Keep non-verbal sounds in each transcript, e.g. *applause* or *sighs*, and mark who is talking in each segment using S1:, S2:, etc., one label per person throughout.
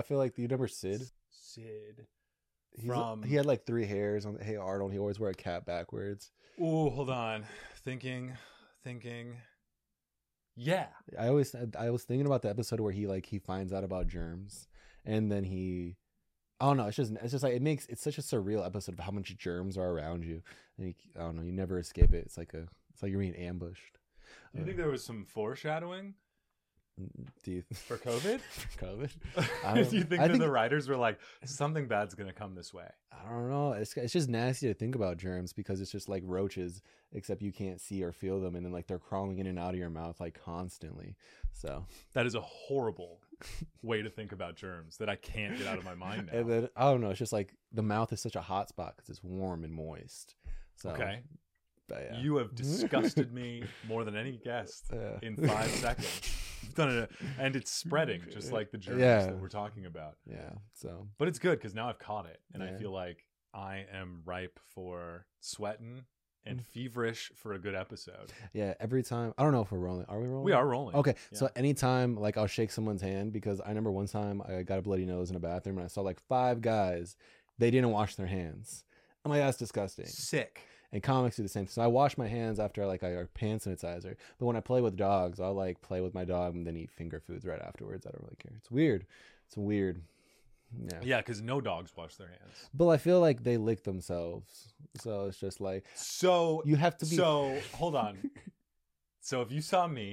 S1: I feel like do you remember Sid?
S2: Sid.
S1: He's,
S2: From-
S1: he had like three hairs on. Hey Arnold, he always wore a cap backwards.
S2: Ooh, hold on. Thinking, thinking. Yeah.
S1: I always I was thinking about the episode where he like he finds out about germs, and then he. I don't know. It's just it's just like it makes it's such a surreal episode of how much germs are around you, and you, I don't know. You never escape it. It's like a it's like you're being ambushed. Uh,
S2: Do you think there was some foreshadowing?
S1: Do you,
S2: *laughs* For
S1: *laughs*
S2: COVID?
S1: for COVID?
S2: *laughs*
S1: I
S2: Do
S1: don't-
S2: you think
S1: I
S2: that
S1: think-
S2: the writers were like, something bad's going to come this way?
S1: I don't know. It's it's just nasty to think about germs because it's just like roaches, except you can't see or feel them, and then like they're crawling in and out of your mouth like constantly. So
S2: That is a horrible way to think about germs that I can't get out of my mind
S1: *laughs*
S2: now.
S1: And then I don't know. It's just like the mouth is such a hot spot because it's warm and moist. So
S2: okay.
S1: but yeah.
S2: You have
S1: *laughs*
S2: disgusted me more than any guest
S1: Yeah.
S2: in
S1: *laughs*
S2: five seconds. *laughs* You've done it, and it's spreading just like the germs
S1: Yeah.
S2: that we're talking about.
S1: yeah. So
S2: But it's good because now I've caught it, and I
S1: Yeah.
S2: feel like I am ripe for sweating
S1: Mm.
S2: and feverish for a
S1: *laughs*
S2: good episode.
S1: yeah, every time I don't know if we're rolling. Are we rolling?
S2: We are rolling.
S1: Okay,
S2: Yeah.
S1: so anytime like I'll shake someone's hand because I remember one time I got a bloody nose in a bathroom and I saw like five guys, they didn't wash their hands. I'm like that's disgusting.
S2: sick.
S1: and comics do the same. So I wash my hands after like I or hand sanitizer. But when I play with dogs, I'll like play with my dog and then eat finger foods right afterwards. I don't really care. It's weird. It's weird. Yeah.
S2: Yeah, because no dogs wash their hands.
S1: But I feel like they lick themselves. So it's just like
S2: So
S1: you have to be
S2: so
S1: *laughs*
S2: hold on. so if you saw me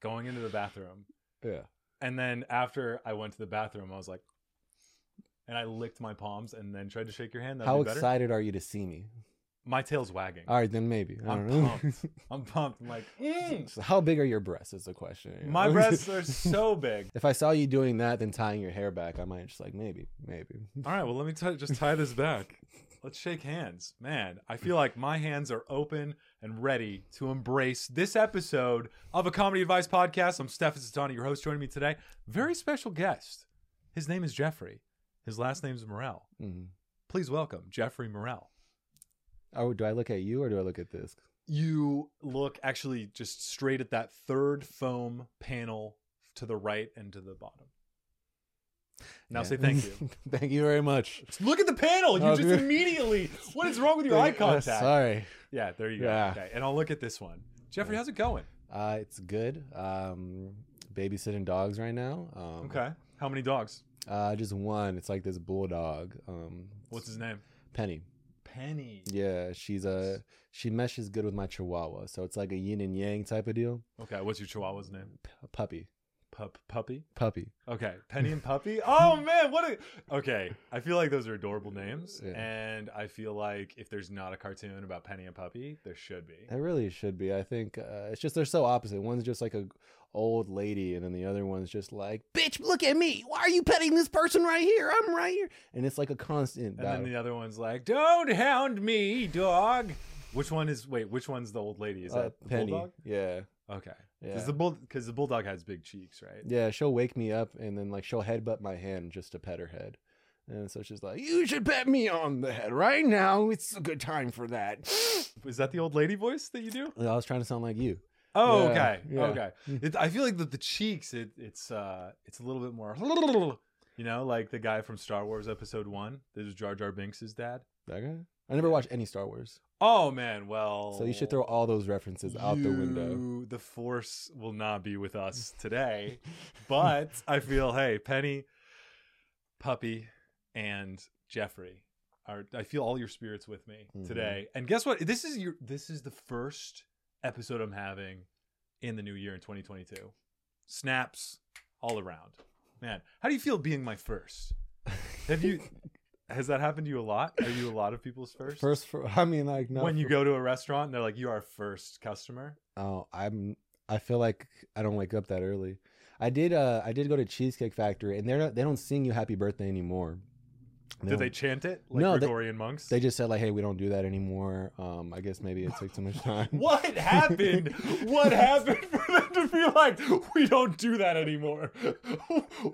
S2: going into the bathroom,
S1: Yeah.
S2: and then after I went to the bathroom, I was like, and I licked my palms, and then tried to shake your hand. That'd
S1: How
S2: be better.
S1: excited are you to see me?
S2: My tail's wagging.
S1: All right, then maybe. I
S2: I'm
S1: don't know.
S2: pumped. I'm pumped.
S1: *laughs*
S2: I'm like, mm,
S1: So how big are your breasts is the question. you know? *laughs*
S2: my breasts are so big.
S1: If I saw you doing that, then tying your hair back, I might just like maybe, maybe.
S2: All right, well, let me t- just tie this *laughs* back. Let's shake hands. Man, I feel like my hands are open and ready to embrace this episode of a Comedy Advice Podcast. I'm Stefan Satani, your host, joining me today. Very special guest. His name is Jeffrey. His last name's Morrell.
S1: Mhm.
S2: Please welcome Jeffrey Morrell.
S1: Oh, do I look at you or do I look at this?
S2: You look actually just straight at that third foam panel to the right and to the bottom. Now
S1: Yeah.
S2: say *laughs* thank you.
S1: *laughs* thank you very much.
S2: Look at the panel. You
S1: Oh,
S2: just
S1: dude.
S2: immediately. What is wrong with *laughs* your eye
S1: Thank- uh, *laughs*
S2: contact?
S1: sorry.
S2: Yeah, there you go.
S1: Yeah.
S2: Okay, and I'll look at this one. Jeffrey, how's it going?
S1: Uh, it's good. Um, babysitting dogs right now. Um,
S2: Okay. How many dogs?
S1: Uh, just one. It's like this bulldog. Um,
S2: What's his name?
S1: Penny?
S2: Penny.
S1: Yeah, she's a she meshes good with my Chihuahua, so it's like a yin and yang type of deal.
S2: Okay, what's your Chihuahua's name?
S1: P- puppy,
S2: Pup puppy.
S1: puppy. *laughs*
S2: Okay, Penny and Puppy. Oh man, what a Okay, I feel like those are adorable names,
S1: Yeah.
S2: and I feel like if there's not a cartoon about Penny and Puppy, there should be.
S1: It really should be. I think uh, it's just they're so opposite. One's just like a old lady, and then the other one's just like, "Bitch, look at me! Why are you petting this person right here? I'm right here!" And it's like a constant.
S2: And then
S1: battle.
S2: the other one's like, "Don't hound me, dog." Which one is? Wait, which one's the old lady? Is
S1: Uh,
S2: that the
S1: Penny?
S2: bulldog?
S1: Yeah,
S2: Okay,
S1: yeah.
S2: because the bull because the bulldog has big cheeks, right?
S1: Yeah, she'll wake me up and then like she'll headbutt my hand just to pet her head. And so she's like, You should pet me on the head right now. It's a good time for that. *gasps*
S2: Is that the old lady voice that you do?
S1: I was trying to sound like you.
S2: Oh,
S1: Yeah,
S2: okay,
S1: yeah.
S2: okay. It, I feel like the, the cheeks, it, it's uh, it's a little bit more, *laughs* you know, like the guy from Star Wars Episode One. This is Jar Jar Binks' dad.
S1: That guy? I never watched any Star Wars.
S2: Oh man, well,
S1: So you should throw all those references out the window.
S2: you- The Force will not be with us
S1: *laughs*
S2: today, but I feel hey, Penny, Puppy, and Jeffrey. Are, I feel all your spirits with me
S1: Mhm.
S2: today. And guess what? This is your this is the first episode I'm having in the new year in 2022. Snaps all around. Man, how do you feel being my first?
S1: *laughs*
S2: Have you has that happened to you a lot? Are you a lot of people's first?
S1: First for I mean like no
S2: when you go to a restaurant and they're like, "You are our first customer."
S1: Oh, I'm I feel like I don't wake up that early. I did uh I did go to Cheesecake Factory and they're not they don't sing you happy birthday anymore. No.
S2: Did they chant it like
S1: No, they-
S2: Gregorian monks?
S1: They just said like, hey, we don't do that anymore. Um, I guess maybe it took too much *laughs* time.
S2: What happened? what happened for them to be like, we don't do that anymore?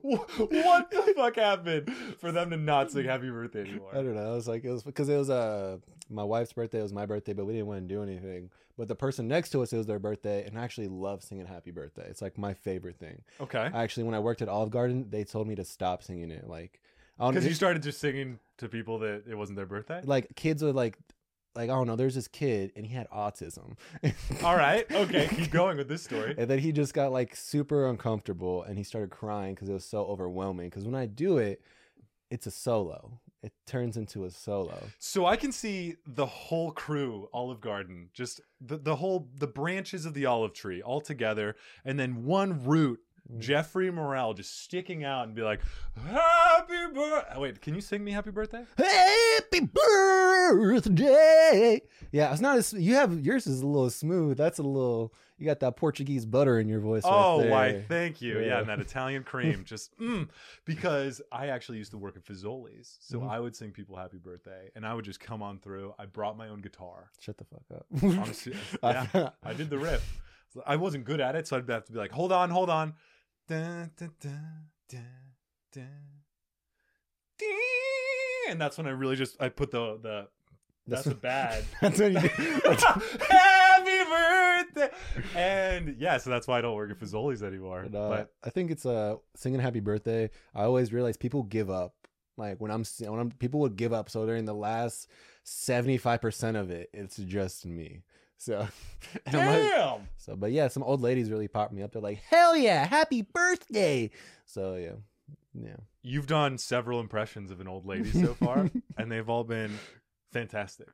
S2: what the fuck happened for them to not sing happy birthday anymore?
S1: I don't know. I was like, it was because it was uh my wife's birthday. It was my birthday, but we didn't want to do anything. But the person next to us, it was their birthday, and I actually love singing "Happy Birthday." It's like my favorite thing.
S2: Okay.
S1: I actually, when I worked at Olive Garden, they told me to stop singing it. Like, I don't
S2: Because you
S1: know,
S2: started just singing to people that it wasn't their birthday?
S1: like kids would like, like I don't know. There's this kid, and he had autism.
S2: All right. Okay.
S1: *laughs*
S2: Keep going with this story.
S1: And then he just got like super uncomfortable and he started crying because it was so overwhelming. Because when I do it, it's a solo. It turns into a solo.
S2: So I can see the whole crew, Olive Garden, just the, the whole the branches of the olive tree all together, and then one root,
S1: Mm.
S2: Jeffrey Morrell, just sticking out and be like, "Happy birthday!" Wait, can you sing me "Happy Birthday"?
S1: Happy birthday! Yeah, it's not as you have yours is a little smooth. That's a little you got that Portuguese butter in your voice.
S2: oh,
S1: right there.
S2: why? Thank you. Yeah.
S1: Yeah.
S2: and that Italian
S1: *laughs*
S2: cream, just mm, because I actually used to work at Fazoli's, so
S1: Mhm.
S2: I would sing people "Happy Birthday," and I would just come on through. I brought my own
S1: *laughs*
S2: guitar.
S1: Shut the fuck up. *laughs*
S2: I'm serious. yeah. I did the riff. So I wasn't good at it, so I'd have to be like, hold on, hold on. Dun, dun, dun, dun, dun. Ding. And that's when I really just I put the the that's, a bad.
S1: *laughs* That's what you do. That's-
S2: *laughs* Happy birthday! And yeah, so that's why I don't work at Fazoli's anymore.
S1: But, uh,
S2: but
S1: I think it's uh singing happy birthday. I always realize people give up. Like when I'm si- when I'm people would give up. So during the last seventy five percent of it, it's just me. So *laughs* and I'm like-
S2: damn,
S1: so but yeah, some old ladies really popped me up. They're like, hell yeah, happy birthday. So yeah, yeah.
S2: you've done several impressions of an old lady so far, and they've all been fantastic.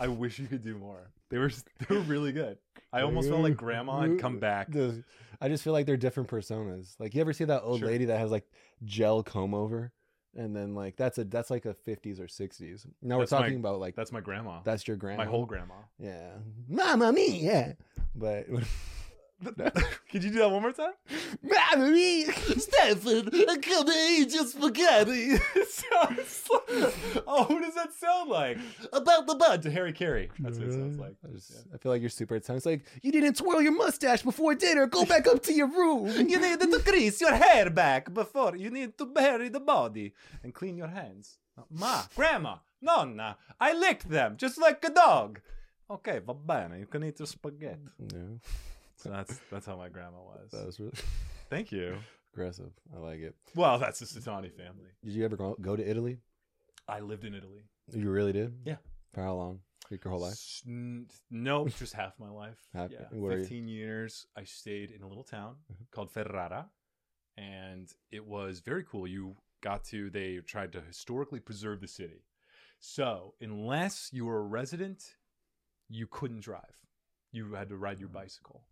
S2: I wish you could do more. They were they were really good. I almost felt like grandma and come
S1: *laughs*
S2: back.
S1: The- I just feel like they're different personas. Like you ever see that old
S2: Sure.
S1: lady that has like gel comb over, and then like that's a that's like a fifties or sixties. Now
S2: That's
S1: we're
S2: my-
S1: talking about like
S2: That's my grandma.
S1: That's your grandma.
S2: my whole grandma.
S1: yeah, Mamma Mia. But
S2: *laughs*
S1: *laughs*
S2: Could you do that one more time?
S1: Mamma Mia, Stefan, I come to eat your spaghetti
S2: *laughs* it sounds like, oh, what does that sound like? About the bud to Harry Carey. That's what it sounds *laughs* like.
S1: I, just- I feel like you're super intense. Like you didn't twirl your mustache before dinner. Go back up to your *laughs* room.
S2: You need to grease your hair back before you need to bury the body and clean your hands. Ma, grandma, nonna, I licked them just like a dog. Okay, va bene, you can eat your spaghetti.
S1: No,
S2: So that's that's how my grandma was.
S1: *laughs* that was really *laughs*
S2: Thank you.
S1: aggressive. I like it.
S2: Well, that's the Satani family.
S1: Did you ever go, go to Italy?
S2: I lived in Italy.
S1: You really did.
S2: Yeah.
S1: For how long? Like your whole life.
S2: S- n- No, just half my life.
S1: *laughs* Half-
S2: yeah,
S1: where you- Mm-hmm.
S2: fifteen years. I stayed in a little town called Ferrara, and it was very cool. You got to they tried to historically preserve the city, so unless you were a resident, you couldn't drive. You had to ride
S1: Mm.
S2: your bicycle.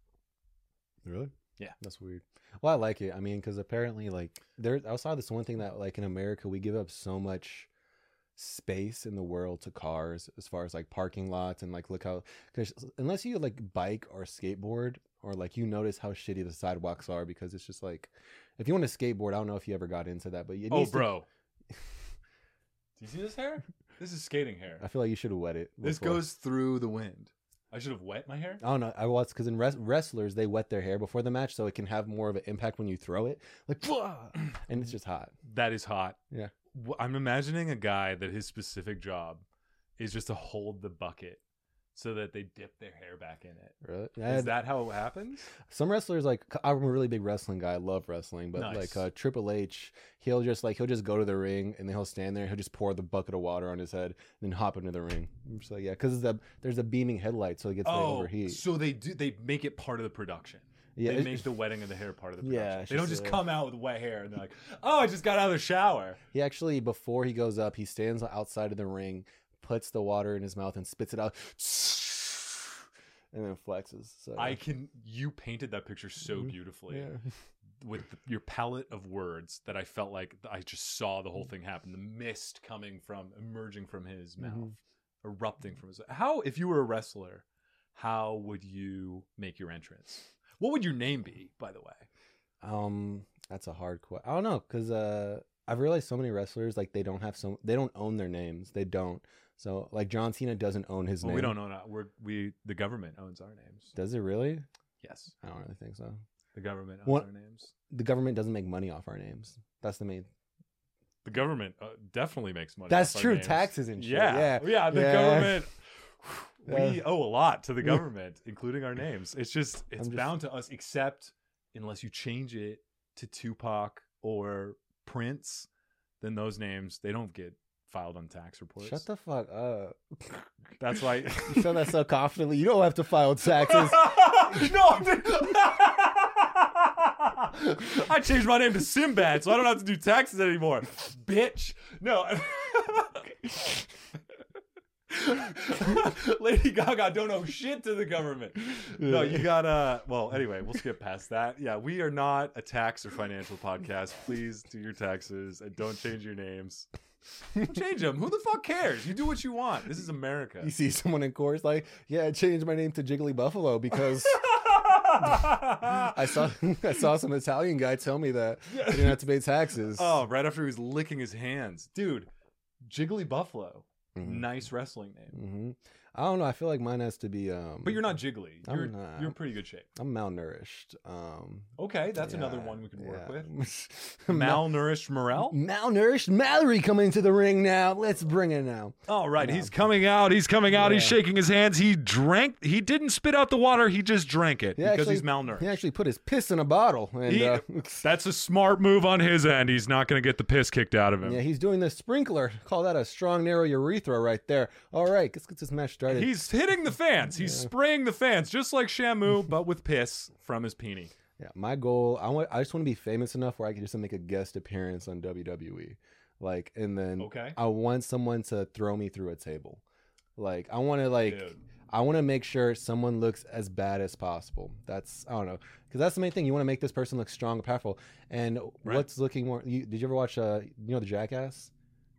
S1: Really?
S2: Yeah.
S1: That's weird. Well, I like it. I mean, because apparently, like, there, I saw this one thing that, like, in America, we give up so much space in the world to cars as far as like parking lots and like look how because unless you like bike or skateboard or like you notice how shitty the sidewalks are because it's just like if you want to skateboard i don't know if you ever got into that but it
S2: oh,
S1: needs to-
S2: bro, do you see this hair? This is skating hair.
S1: *laughs* i feel like you should have wet it
S2: This
S1: before.
S2: goes through the wind. I should have wet my hair.
S1: I don't know. I watched because in wres- wrestlers they wet their hair before the match, so it can have more of an impact when you throw it. Like, "Pwah!" Uh, *clears throat* and
S2: Mm-hmm.
S1: it's just hot.
S2: That is hot.
S1: Yeah.
S2: W- I'm imagining a guy that his specific job is just to hold the bucket so that they dip their hair back in it.
S1: Really?
S2: Is that how it happens?
S1: Some wrestlers like I'm a really big wrestling guy. I love wrestling, but
S2: Nice.
S1: like uh, Triple H, he'll just like he'll just go to the ring and then he'll stand there. He'll just pour the bucket of water on his head and then hop into the ring. I'm just like, yeah, because the, there's a beaming headlight, so it gets like
S2: Oh,
S1: overheat.
S2: so they do. They make it part of the production.
S1: yeah,
S2: they
S1: it-
S2: make the wetting of the hair part of the
S1: Yeah,
S2: production.
S1: it's
S2: they don't
S1: just
S2: just
S1: a-
S2: come out with wet hair and they're like, "Oh, I just got out of
S1: *laughs*
S2: the shower."
S1: he actually before he goes up, he stands outside of the ring, puts the water in his mouth and spits it out, and then flexes. So
S2: I can. You painted that picture so
S1: Mhm.
S2: beautifully
S1: yeah.
S2: with the, your palette of words that I felt like I just saw the whole
S1: Mm.
S2: thing happen. The mist coming from emerging from his mouth.
S1: Mhm.
S2: erupting from his how if you were a wrestler how would you make your entrance what would your name be by the way
S1: Um, that's a hard question. I don't know because uh, I've realized so many wrestlers like they don't have so they don't own their names. They don't. So like John Cena doesn't own his
S2: Well,
S1: name.
S2: we don't own it. We're we the government owns our names.
S1: Does it really?
S2: Yes,
S1: I don't really think so.
S2: the government owns
S1: What-
S2: our names.
S1: The government doesn't make money off our names. That's the main.
S2: The government uh, definitely makes money.
S1: That's
S2: off our
S1: true.
S2: names.
S1: Taxes and shit.
S2: Yeah, yeah,
S1: Yeah.
S2: the
S1: Yeah.
S2: government.
S1: *laughs*
S2: We
S1: Yeah.
S2: owe a lot to the
S1: Yeah.
S2: government, including our names. It's just it's
S1: I'm just-
S2: bound to us, except unless you change it to Tupac or Prince, then those names they don't get filed on tax reports.
S1: Shut the fuck up.
S2: That's
S1: *laughs*
S2: why *laughs*
S1: You said that so confidently. You don't have to file taxes.
S2: no, I'm just- *laughs* I changed my name to Simbad, so I don't have to do taxes anymore. Bitch. No. *laughs* Lady Gaga don't owe shit to the government. No, you gotta. Well, anyway, we'll skip past that. Yeah, we are not a tax or financial podcast. Please do your taxes and don't change your names. Don't change them. Who the fuck cares? You do what you want. This is America.
S1: You see someone in chorus like, yeah, I changed my name to Jiggly Buffalo because *laughs*
S2: *laughs*
S1: I saw *laughs* I saw some Italian guy tell me that I didn't have to pay taxes.
S2: Oh, right after he was licking his hands. Dude, Jiggly Buffalo.
S1: Mhm.
S2: Nice wrestling name.
S1: Mhm. I don't know. I feel like mine has to be. Um,
S2: But you're not jiggly.
S1: I'm
S2: You're,
S1: not.
S2: you're in pretty good shape.
S1: I'm malnourished. Um,
S2: Okay, that's another
S1: yeah,
S2: one we can work
S1: yeah.
S2: with.
S1: *laughs* Mal-
S2: Malnourished Morel?
S1: malnourished Mallory coming into the ring now. Let's bring it now.
S2: All right,
S1: No.
S2: he's coming out. He's coming out. He's
S1: Yeah.
S2: shaking his hands. He drank. He didn't spit out the water. He just drank it
S1: He
S2: because
S1: actually-
S2: he's malnourished.
S1: He actually put his piss in a bottle, and
S2: He-
S1: uh, *laughs*
S2: That's a smart move on his end. He's not going to get the piss kicked out of him.
S1: yeah, he's doing the sprinkler. Call that a strong, narrow urethra right there. All right, let's get this match started.
S2: He's hitting the fans. He's spraying the fans just like Shamu, but with piss from his
S1: *laughs*
S2: peenie.
S1: Yeah, my goal. I want. I just want to be famous enough where I can just make a guest appearance on WWE, like, and then
S2: Okay.
S1: I want someone to throw me through a table. Like, I want to like.
S2: Dude.
S1: I want to make sure someone looks as bad as possible. That's I don't know because that's the main thing. You want to make this person look strong and powerful. And
S2: Right.
S1: what's looking more? You, did you ever watch? Uh, you know the Jackass.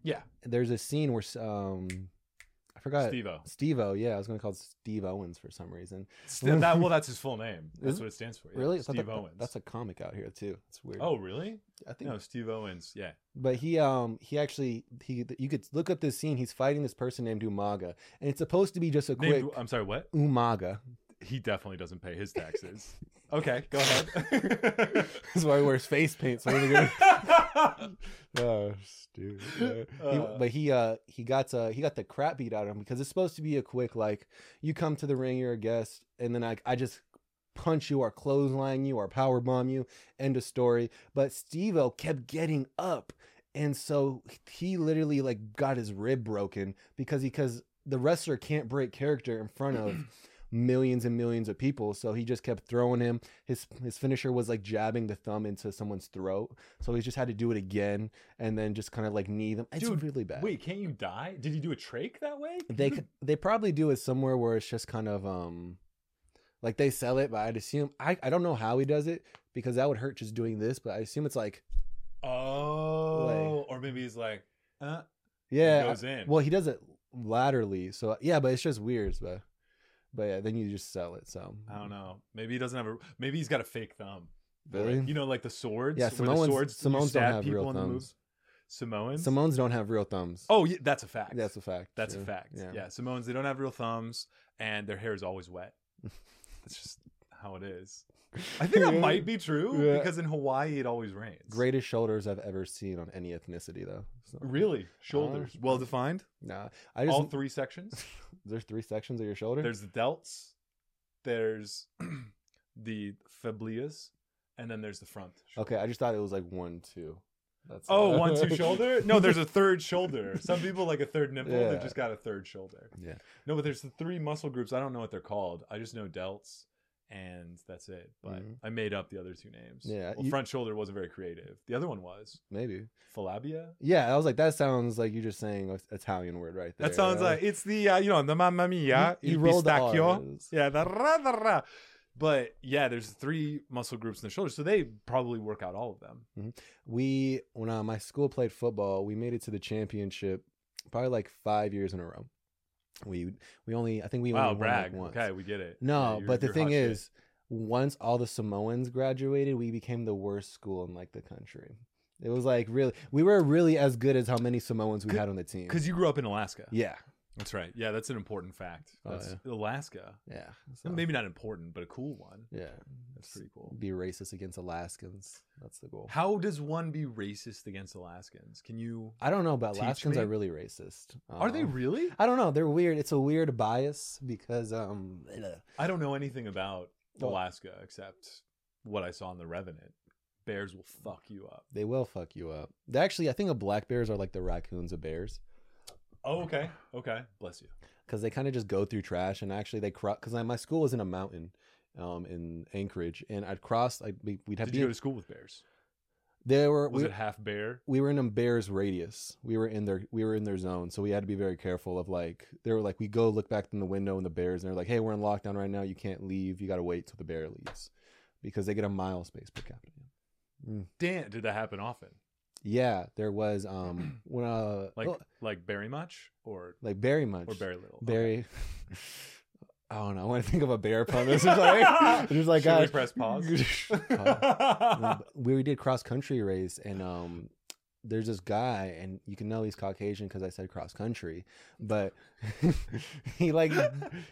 S2: Yeah.
S1: There's a scene where um, I forgot.
S2: Steve O.
S1: Steve O. Yeah, I was gonna call it Steve Owens for some reason.
S2: St- that, well, that's his full
S1: *laughs*
S2: name. That's
S1: Is it?
S2: what it stands for. yeah.
S1: Really, I thought
S2: Steve
S1: that-
S2: Owens.
S1: That's a comic out here too. It's weird.
S2: oh, really?
S1: I think
S2: No, Steve Owens. Yeah.
S1: But he um he actually he you could look up this scene. He's fighting this person named Umaga, and it's supposed to be just a quick
S2: Named, I'm sorry. What?
S1: Umaga. *laughs*
S2: He definitely doesn't pay his taxes. okay, go ahead. *laughs*
S1: That's why he wears face paint. So we're gonna go- *laughs* oh, stupid. Yeah. *laughs* He-
S2: Uh.
S1: but he uh he got uh, he got the crap beat out of him because it's supposed to be a quick like you come to the ring, you're a guest, and then I I just punch you or clothesline you or power bomb you. End of story. But Steve O kept getting up. And so he literally like got his rib broken because because the wrestler can't break character in front
S2: *clears throat*
S1: of millions and millions of people. So he just kept throwing him. His his finisher was like jabbing the thumb into someone's throat. So he just had to do it again and then just kind of like knee them. It's
S2: Dude,
S1: really bad.
S2: *laughs* Wait, can't you die? Did he do a trach that way?
S1: They c- they probably do it somewhere where it's just kind of um like they sell it, but I'd assume I, I don't know how he does it because that would hurt just doing this, but I assume it's like
S2: Oh, or maybe he's like, uh,
S1: yeah,
S2: goes *laughs* in.
S1: Well, he does it laterally, so yeah, but it's just weird, but but yeah, then you just sell it. So
S2: I don't know. Maybe he doesn't have a. Maybe he's got a fake thumb.
S1: Really?
S2: You know, like the swords.
S1: Yeah,
S2: where the
S1: Samoans-
S2: swords you
S1: Samoans don't
S2: stab
S1: have real
S2: people in the
S1: thumbs.
S2: moves. Samoans.
S1: Samoans don't have real thumbs.
S2: Oh, yeah, that's a fact.
S1: that's a fact.
S2: That's a
S1: true.
S2: fact. Yeah. Samoans, they don't have real thumbs and their hair is
S1: *laughs*
S2: always wet. That's just how it is. I think that
S1: Yeah.
S2: might be true
S1: Yeah.
S2: because in Hawaii it always rains.
S1: *laughs* Greatest shoulders I've ever seen on any ethnicity, though. So,
S2: Really? Shoulders.
S1: Um,
S2: well defined.
S1: Nah, I just
S2: Oh, All
S1: *laughs*
S2: three sections.
S1: there's three sections of your shoulder.
S2: There's the delts, there's *clears throat* the fablias, and then there's the front.
S1: okay, I just thought it was like one, two. That's
S2: Oh,
S1: all.
S2: one,
S1: *laughs*
S2: two shoulder? No, there's a third shoulder. Some people like a third nipple,
S1: Yeah.
S2: they've just got a third shoulder.
S1: Yeah.
S2: No, but there's the three muscle groups. I don't know what they're called. I just know delts, and that's it. But
S1: Mhm.
S2: I made up the other two names.
S1: Yeah,
S2: Well,
S1: you-
S2: front shoulder wasn't very creative. The other one was
S1: maybe.
S2: falabia.
S1: Yeah, I was like, that sounds like you're just saying an Italian word right there.
S2: That sounds
S1: Uh,
S2: like it's the uh, you know the mamma mia,
S1: You- you
S2: il
S1: rolled the
S2: pistacchio.
S1: Rs.
S2: Yeah, the ra, the ra. But yeah, there's three muscle groups in the shoulder, so they probably work out all of them.
S1: we when uh, my school played football, we made it to the championship probably like five years in a row. We we only I think we
S2: wow,
S1: only won like
S2: brag.
S1: once.
S2: okay, we get it. Yeah,
S1: No,
S2: you're-
S1: but the
S2: you're
S1: thing
S2: hot shit.
S1: is, once all the Samoans graduated, we became the worst school in like the country. It was like really, we were really as good as how many Samoans we
S2: Could-
S1: had on the team.
S2: Because you grew up in Alaska.
S1: yeah,
S2: That's right. Yeah, that's an important fact.
S1: Oh,
S2: That's Alaska.
S1: yeah. So,
S2: And Maybe not important, but a cool one.
S1: yeah,
S2: That's pretty cool.
S1: Be racist against Alaskans. That's the goal.
S2: How does one be racist against Alaskans? Can you? Uh,
S1: I don't know, but
S2: Teach
S1: Alaskans
S2: me.
S1: are really racist.
S2: Are they
S1: Um,
S2: really?
S1: I don't know. They're weird. It's a weird bias because um, ugh.
S2: I don't know anything about
S1: Well-
S2: Alaska except what I saw in The Revenant. Bears will fuck you up.
S1: they will fuck you up. They actually, I think of black bears are like the raccoons of bears
S2: Oh, okay. Okay. Bless you.
S1: because they kind of just go through trash and actually they cross. Because my school was in a mountain, um, in Anchorage, and I'd cross. I'd, we- we'd have
S2: Did you go
S1: been,
S2: to school with bears?
S1: there were
S2: Was
S1: we,
S2: it half bear?
S1: we were in a bear's radius. We were in their we were in their zone, so we had to be very careful of like they were like we go look back in the window and the bears and they're like, hey, we're in lockdown right now. You can't leave. You got to wait till the bear leaves because they get a mile space per capita.
S2: Damn, did that happen often?
S1: Yeah, there was
S2: *clears throat*
S1: um when uh
S2: Like
S1: like
S2: like very much or
S1: like very much
S2: or very little?
S1: Barry. *laughs* I don't know. I want to think of a bear pun. *laughs* This is like,
S2: *laughs*
S1: I'm just like
S2: Should we
S1: guys.
S2: press pause?
S1: *laughs*
S2: *laughs*
S1: Pause. No, but we did cross country race and um there's this guy and you can know he's caucasian because i said cross country but *laughs* he
S2: *laughs*
S1: like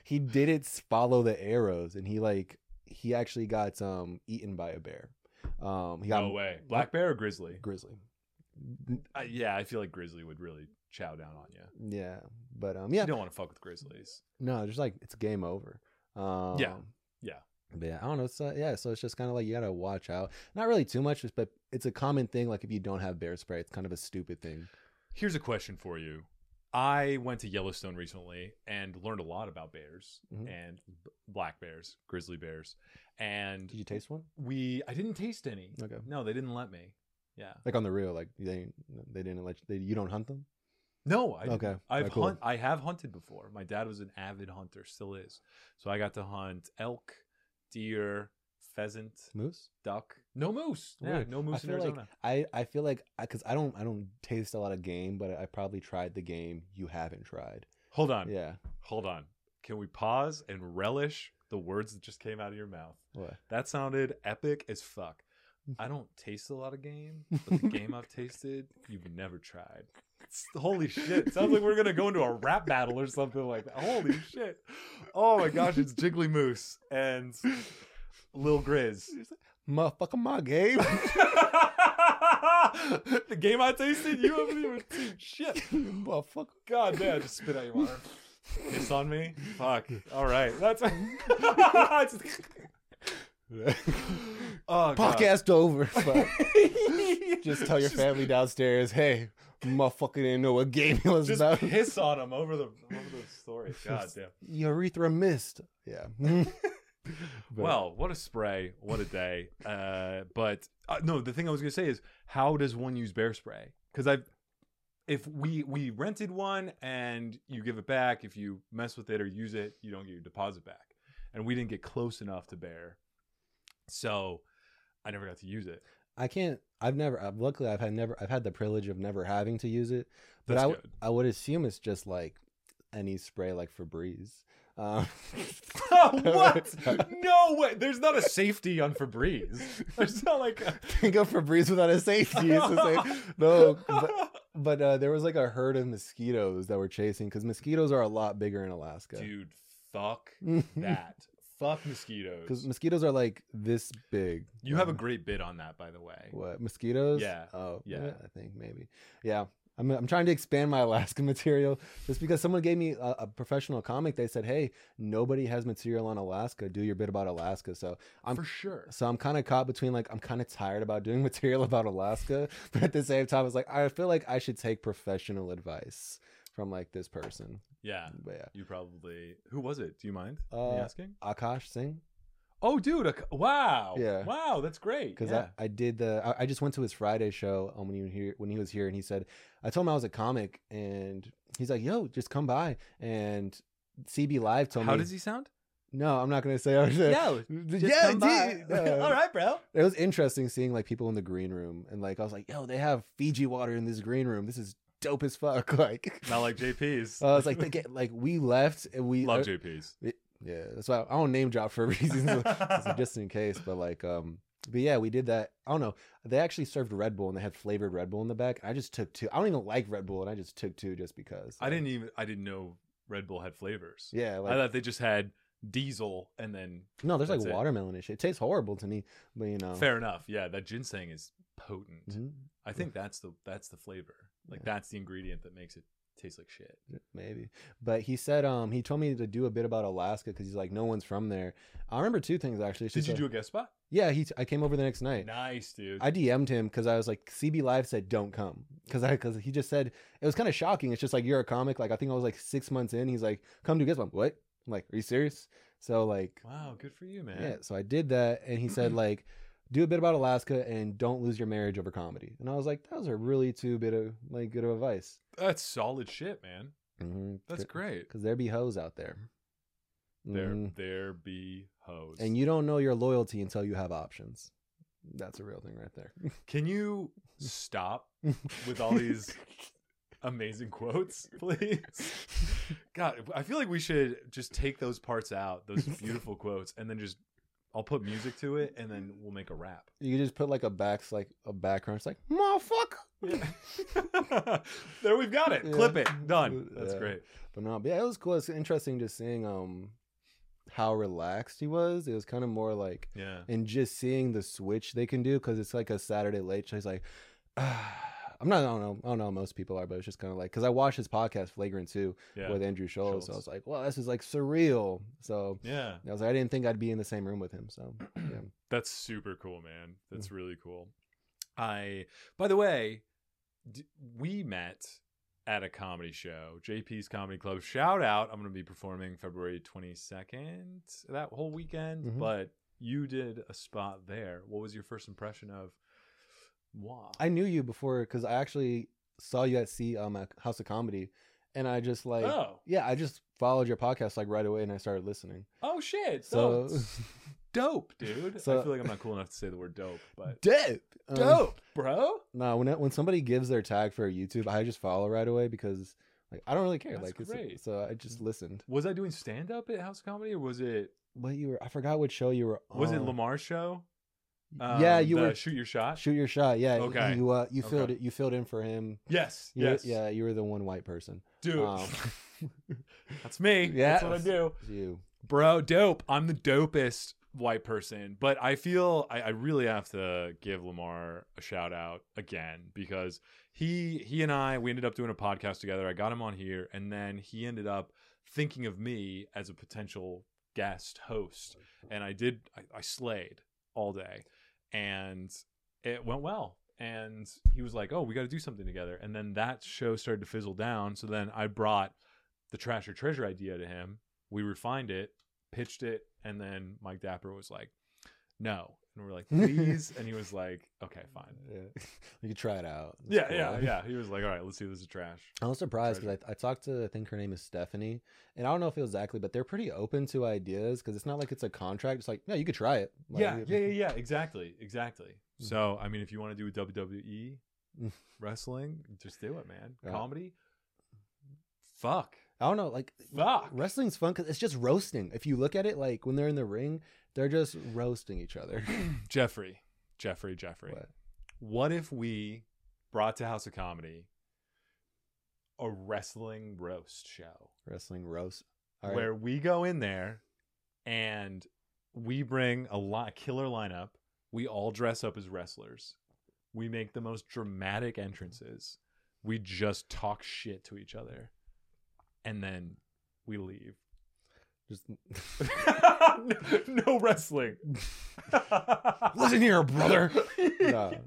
S1: he didn't follow the arrows and he like he actually got um eaten by a bear um he got
S2: no way. Black bear or grizzly?
S1: grizzly
S2: Uh, yeah, I feel like grizzly would really chow down on you.
S1: yeah but um yeah
S2: You don't want to fuck with grizzlies.
S1: no just like it's game over um
S2: Yeah.
S1: but yeah i don't know so yeah so it's just kind of like you gotta watch out not really too much but it's a common thing like if you don't have bear spray it's kind of a stupid thing
S2: Here's a question for you. I went to Yellowstone recently and learned a lot about bears
S1: Mhm.
S2: and b- black bears, grizzly bears, and
S1: did you taste one
S2: we. I didn't taste any.
S1: okay
S2: No, they didn't let me. Yeah.
S1: like on the real like they they didn't let you, they, you don't hunt them
S2: No, I
S1: okay
S2: I've
S1: Yeah, cool.
S2: hunt, I have hunted before. My dad was an avid hunter, still is. So I got to hunt elk, deer, pheasant,
S1: moose
S2: duck. No moose. Yeah,
S1: Weird.
S2: no
S1: I
S2: moose in
S1: feel like
S2: Arizona.
S1: I, I feel like because I, don't I don't taste a lot of game but I probably tried the game you haven't tried
S2: Hold on.
S1: yeah
S2: Hold on. Can we pause and relish the words that just came out of your mouth?
S1: what
S2: That sounded epic as fuck. I don't taste a lot of game, but the game I've tasted, you've never tried. It's- holy shit. Sounds like we're going to go into a rap battle or something like that. Holy shit. Oh my gosh, it's Jiggly Moose and Lil Grizz. *laughs*
S1: motherfucker my game *laughs*
S2: the game I tasted, you haven't even seen shit.
S1: motherfucker
S2: God damn, just spit out your water. Piss on *laughs* me? Fuck. All right. That's. *laughs* Just- oh,
S1: *laughs*
S2: God.
S1: podcast over
S2: *laughs*
S1: Fuck. just tell your family downstairs hey motherfucker didn't know what game it was
S2: Just
S1: about *laughs*
S2: *laughs* piss on him over the over the story. God damn.
S1: urethra mist yeah *laughs* But-
S2: Well, what a spray! What a day! Uh, but uh, no, the thing I was gonna say is, how does one use bear spray? Because I've, if we we rented one and you give it back, if you mess with it or use it, you don't get your deposit back, and we didn't get close enough to bear, so I never got to use it.
S1: I can't. I've never. I've, luckily, I've had never. I've had the privilege of never having to use it. But
S2: That's
S1: I w-
S2: good.
S1: I would assume it's just like any spray, like Febreze.
S2: *laughs*
S1: Um, *laughs*
S2: what? No way! There's not a safety on Febreze.
S1: *laughs*
S2: There's not like. A...
S1: Think of Febreze without a safety. It's the
S2: *laughs*
S1: same. No, but, but uh, there was like a herd of mosquitoes that were chasing because mosquitoes are a lot bigger in Alaska.
S2: dude, fuck
S1: *laughs* Because
S2: that. Fuck mosquitoes.
S1: Hmm. mosquitoes are like this big.
S2: You have a great bit on that, by the way.
S1: What mosquitoes?
S2: Yeah,
S1: Oh,
S2: yeah.
S1: yeah. I think maybe. Yeah. I'm, I'm trying to expand my *laughs* Alaska material just because someone gave me a, a professional comic. They said, "Hey, nobody has material on Alaska. Do your bit about Alaska." So, I'm-
S2: For sure.
S1: so I'm kind of caught between like I'm kind of tired about doing *laughs* material about Alaska, but at the same time, it's like I feel like I should take professional advice from like this person.
S2: Yeah.
S1: But
S2: You probably. Who was it? Do you mind
S1: yeah, uh,
S2: me asking?
S1: Akash Singh,
S2: Oh, dude. A, wow.
S1: Yeah.
S2: Wow. That's great.
S1: because
S2: yeah.
S1: I, I did the I, I just went to his Friday show um, when he was here when he was here and he said I told him I was a comic and he's like yo just come by and CB Live told
S2: How
S1: me
S2: does
S1: *laughs*
S2: he sound?
S1: no I'm not gonna say how *laughs* to
S2: No.
S1: yeah
S2: *laughs*
S1: dude, uh,
S2: All right, bro.
S1: it was interesting seeing like people in the green room and like I was like yo they have Fiji water in this green room this is dope as fuck *laughs* like
S2: Not like JP's.
S1: I was like they get like we left and we
S2: Love JP's.
S1: *laughs* yeah that's why I don't name drop for reasons It's like, just in case but like um But yeah, we did that. I don't know. They actually served Red Bull and they had flavored Red Bull in the back. I just took two. I don't even like Red Bull and I just took two just because.
S2: I didn't even I didn't know Red Bull had flavors.
S1: Yeah,
S2: I
S1: like
S2: thought they just had diesel and then
S1: no, there's like
S2: that's it.
S1: watermelon and shit. It tastes horrible to me, but you know.
S2: fair enough. Yeah, that ginseng is potent.
S1: Mhm.
S2: I think that's the that's the flavor. Like
S1: Yeah.
S2: that's the ingredient that makes it taste like shit.
S1: maybe but he said um he told me to do a bit about alaska because he's like no one's from there i remember two things actually It's
S2: Did
S1: just
S2: you
S1: like-
S2: do a guest spot?
S1: yeah he i came over the next night
S2: Nice, dude.
S1: i dm'd him because i was like cb live said don't come because i because he just said it was kind of shocking it's just like you're a comic like i think i was like six months in he's like come do guess what what i'm like are you serious so like
S2: wow, good for you, man.
S1: yeah so i did that and he
S2: *clears throat*
S1: said like do a bit about alaska and don't lose your marriage over comedy and i was like that was a really too bit of like good of advice
S2: That's solid shit, man.
S1: Mhm.
S2: That's great.
S1: because there be hoes out there.
S2: There
S1: Mhm.
S2: there be hoes.
S1: And you don't know your loyalty until you have options. That's a real thing right there.
S2: can you stop with all
S1: *laughs*
S2: these amazing quotes, *laughs* please? God, I feel like we should just take those parts
S1: *laughs*
S2: out, those beautiful quotes, and then just I'll put music to it, and then we'll make a
S1: *laughs*
S2: rap.
S1: You could just put like a backs like a background. It's like motherfucker.
S2: *laughs* there we've got it. Clip
S1: Yeah.
S2: it. Done. That's
S1: Yeah.
S2: great.
S1: But no, but yeah, it was cool. It's interesting just seeing um how relaxed he was. It was kind of more like
S2: Yeah.
S1: and just seeing the switch they can do because it's like a Saturday late show. He's like, *sighs* ah. I'm not. I don't know. I don't know. how Most people are, but it's just kind of like because I watched his podcast Flagrant too
S2: Yeah.
S1: with Andrew Scholl, so I
S2: Scholl's.
S1: was like, wow, this is like surreal. So
S2: yeah.
S1: I was like, I didn't think I'd be in the same room with him. So yeah.
S2: *clears throat* That's super cool, man. That's really cool. I, by the way, d- we met at a comedy show, JP's Comedy Club. Shout out! I'm going to be performing February 22nd that whole weekend.
S1: Mhm.
S2: But you did a spot there. What was your first impression of moi?
S1: I knew you before because I actually saw you at C um at House of Comedy, and I just like
S2: oh,
S1: yeah, I just followed your podcast like right away, and I started listening.
S2: oh shit! So
S1: So *laughs*
S2: dope, dude. I
S1: So-
S2: feel like I'm not cool enough to say the word dope, but
S1: dope, Um,
S2: dope, bro.
S1: No, when it, when somebody gives their tag for YouTube, I just follow right away because like I don't really care.
S2: That's
S1: like it's-
S2: great.
S1: so I just listened.
S2: Was I doing stand up at House Comedy, or was it
S1: But you were I forgot what show you were on.
S2: was it Lamar's show?
S1: yeah,
S2: Um,
S1: you
S2: the
S1: were
S2: shoot your shot.
S1: shoot your shot. Yeah,
S2: Okay.
S1: You uh, you
S2: Okay.
S1: filled it. You filled in for him.
S2: Yes,
S1: You-
S2: yes,
S1: Yeah, you were the one white person.
S2: dude. *laughs*
S1: Um,
S2: That's me. That's what I
S1: Yes.
S2: do,
S1: you.
S2: bro. Dope. I'm the dopest white person, but I feel I, I really have to give Lamar a shout out again because he he and I we ended up doing a podcast together. I got him on here, and then he ended up thinking of me as a potential guest host, and I did I, I slayed all day, and it went well. And he was like, "Oh, we got to do something together." And then that show started to fizzle down. So then I brought the trash or treasure idea to him. We refined it, pitched it, and then Mike Dapper was like, "No," and we we're like, "Please," and he was like, "Okay, fine."
S1: Yeah. *laughs* You could try it out. It's
S2: Yeah,
S1: cool.
S2: yeah, yeah. He was like, "All right, let's see this is trash."
S1: I was surprised because I, I talked to, I think her name is Stephanie, and I don't know if it was exactly, but they're pretty open to ideas because it's not like it's a contract. It's like, no, you could try it. Like,
S2: yeah, yeah, yeah, yeah. Exactly, exactly.
S1: Mhm.
S2: So, I mean, if you want to
S1: *laughs*
S2: do WWE
S1: Mm.
S2: E wrestling, just do it, man.
S1: Yeah.
S2: Comedy, fuck,
S1: I don't know. Like,
S2: fuck.
S1: wrestling's fun because it's just roasting. If you look at it, like when they're in the ring, they're just roasting each other. *laughs*
S2: Jeffrey, Jeffrey, Jeffrey.
S1: What?
S2: What if we brought to House of Comedy a wrestling roast show
S1: Wrestling roast. All right.
S2: where we go in there and we bring a lot killer lineup. We all dress up as wrestlers. We make the most dramatic entrances. We just talk shit to each other, and then we leave.
S1: *laughs*
S2: *laughs*
S1: Just, *laughs*
S2: no, no wrestling.
S1: Listen here,
S2: *laughs*
S1: brother.
S2: Yeah.
S1: no.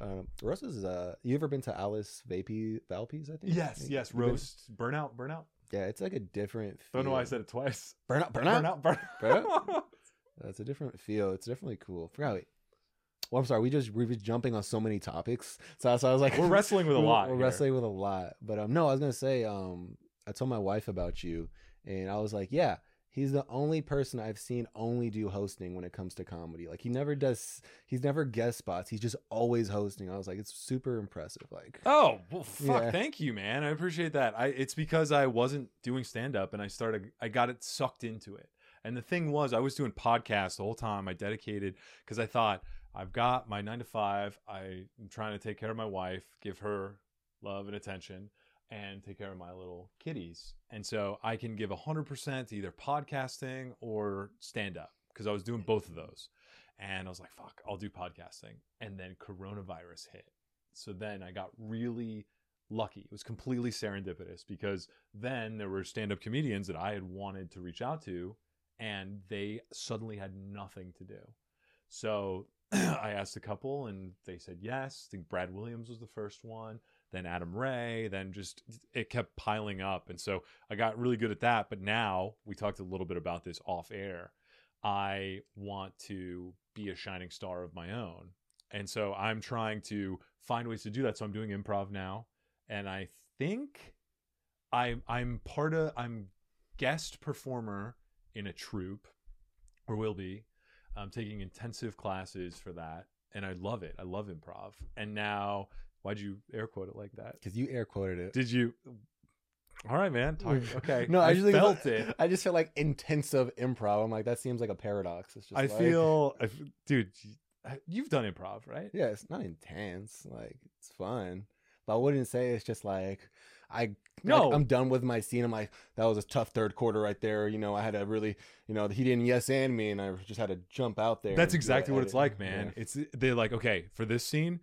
S1: Um, roast is, uh, you ever been to Alice Vapey Valpy's? I think.
S2: Yes,
S1: Maybe?
S2: yes.
S1: You been-
S2: Roast, burnout, burnout.
S1: Yeah, it's like a different.
S2: Don't know why I
S1: feel.
S2: said it twice.
S1: burnout, burnout.
S2: Burnout, burnout.
S1: *laughs* Burnout? That's a different feel. It's definitely cool. Forgot. Wait. Well, I'm sorry. We just we were jumping on so many topics. So, so I was like,
S2: We're wrestling with a
S1: we're-
S2: lot.
S1: We're
S2: here.
S1: wrestling with a lot. But um, no, I was gonna say um, I told my wife about you, and I was like, yeah, he's the only person I've seen only do hosting when it comes to comedy. Like he never does. He's never guest spots. He's just always hosting. I was like, it's super impressive. Like
S2: Oh, well, fuck.
S1: Yeah.
S2: Thank you, man. I appreciate that. I it's because I wasn't doing stand up and I started I got it sucked into it. And the thing was, I was doing podcasts the whole time. I dedicated because I thought I've got my nine to five. I'm trying to take care of my wife, give her love and attention, and take care of my little kitties. And so I can give 100% to either podcasting or stand up because I was doing both of those. And I was like, fuck, I'll do podcasting. And then coronavirus hit. So then I got really lucky. It was completely serendipitous because then there were stand up comedians that I had wanted to reach out to, and they suddenly had nothing to do. So *clears throat* I asked a couple, and they said yes. I think Brad Williams was the first one, then Adam Ray, then just it kept piling up. And so I got really good at that. But now we talked a little bit about this off air. I want to be a shining star of my own. And so I'm trying to find ways to do that. So I'm doing improv now and I think I I'm part of I'm guest performer in a troupe or will be. I'm taking intensive classes for that and I love it. I love improv. And now why'd you air quote it like that?
S1: because you air quoted it.
S2: Did you All right,
S1: *laughs*
S2: man. Talk, okay.
S1: No, I, just think *laughs*
S2: felt it.
S1: I just felt like intensive improv. I'm like, that seems like a paradox. It's just
S2: I
S1: like, *laughs*
S2: feel I f dude, you've done improv, right?
S1: yeah, it's not intense. Like it's fun, but I wouldn't say it's just like I.
S2: No.
S1: like, I'm done with my scene. I'm like, that was a tough third quarter right there. You know, I had to really, you know, he didn't yes and me, and I just had to jump out there.
S2: That's
S1: and do the
S2: exactly what it's
S1: edit.
S2: like, man.
S1: Yeah.
S2: It's they're like, okay, for this scene,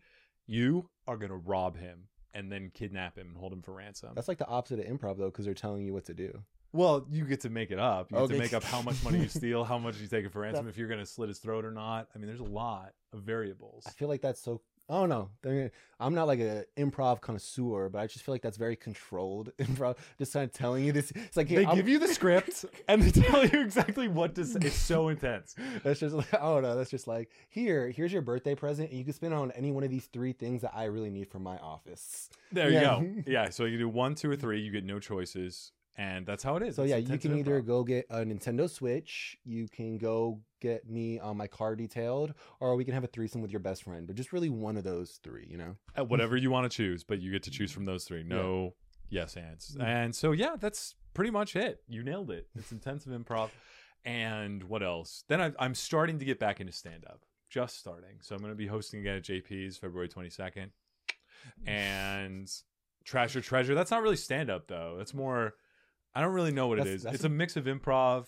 S2: you are gonna rob him and then kidnap him and hold him for ransom.
S1: That's like the opposite of improv though, because they're telling you what to do.
S2: well, you get to make it up. You get
S1: Okay.
S2: to make up how much
S1: *laughs*
S2: money you steal, how much you take it for ransom, if you're gonna slit his throat or not. I mean, there's a lot of variables.
S1: I feel like that's so. I don't know. They're- I'm not like an improv connoisseur, but I just feel like that's very controlled *laughs* improv. Just kind of telling you this. It's like hey,
S2: They
S1: I'm-
S2: give you the
S1: *laughs*
S2: script and they tell you exactly what to say. It's so intense.
S1: That's just *laughs* like, oh no, that's just like here, here's your birthday present, and you can spend it on any one of these three things that I really need for my office.
S2: There you
S1: Yeah. *laughs*
S2: go. Yeah, so you do one, two, or three. You get no choices, and that's how it is.
S1: So
S2: It's
S1: yeah, you
S2: intense
S1: can either
S2: improv.
S1: go get a Nintendo Switch, you can go get me on my car detailed, or we can have a threesome with your best friend. But just really one of those three, you know.
S2: Uh, whatever you want to choose, but you get to choose from those three. No yes ands.
S1: Yeah.
S2: And so yeah, that's pretty much it. You nailed it. It's intensive improv. And what else? Then I, I'm starting to get back into stand up. Just starting. So I'm going to be hosting again at JP's February 22nd. And Trash or Treasure. That's not really stand up though. That's more. I don't really know what it
S1: That's-
S2: is.
S1: that's
S2: It's
S1: a-
S2: a mix of improv.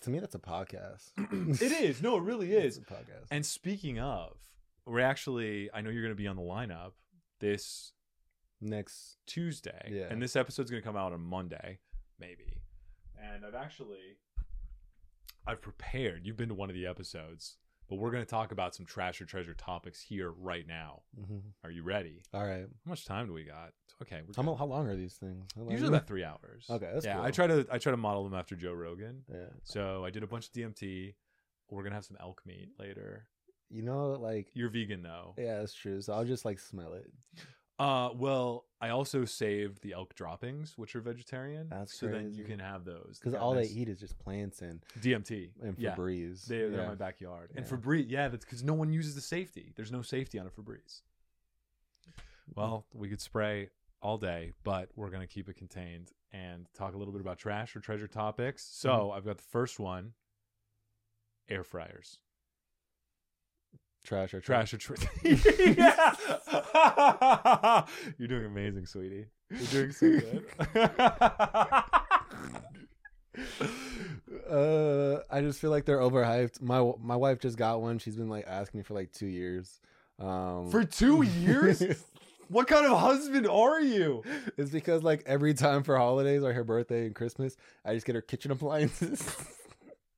S1: *laughs* To me, that's a podcast.
S2: *clears throat*
S1: *laughs*
S2: it is. No, it really
S1: It's
S2: is.
S1: a podcast.
S2: And speaking of, we're actually. I know you're going to be on the lineup this
S1: Next,
S2: Tuesday,
S1: Yeah.
S2: and this episode's gonna come out on Monday, maybe. And I've actually, I've prepared. You've been to one of the episodes, but we're gonna talk about some trash or treasure topics here right now.
S1: Mhm.
S2: Are you ready?
S1: All right.
S2: How much time do we got? Okay, we're
S1: How,
S2: good.
S1: mo- how long are these things? How long-
S2: usually about three hours.
S1: Okay, that's
S2: yeah. I
S1: cool.
S2: try to I try to model them after Joe Rogan.
S1: Yeah.
S2: So I did a bunch of DMT. We're gonna have some elk meat later.
S1: You know, like
S2: You're vegan though.
S1: yeah, that's true. So I'll just like smell it.
S2: Uh, well, I also saved the elk droppings, which are vegetarian.
S1: That's
S2: so then you
S1: crazy.
S2: can have those
S1: Because
S2: got
S1: all
S2: nice-
S1: they eat is just plants and
S2: DMT.
S1: and
S2: yeah,
S1: Febreze.
S2: they, they're
S1: yeah.
S2: in my backyard. And
S1: Yeah.
S2: Febreze, yeah, that's because no one uses the safety. There's no safety on a Febreze. Well, we could spray all day, but we're gonna keep it contained and talk a little bit about trash or treasure topics. So
S1: Mm-hmm.
S2: I've got the first one: air fryers,
S1: trash or
S2: trash or *laughs* treasure. You're doing amazing, sweetie. You're doing so *laughs* good.
S1: Uh, I just feel like they're overhyped. My my wife just got one. She's been like asking me for like two years. Um, *laughs*
S2: For two *laughs* years? What kind of husband are you?
S1: it's because like every time for holidays or her birthday and Christmas, I just get her kitchen appliances.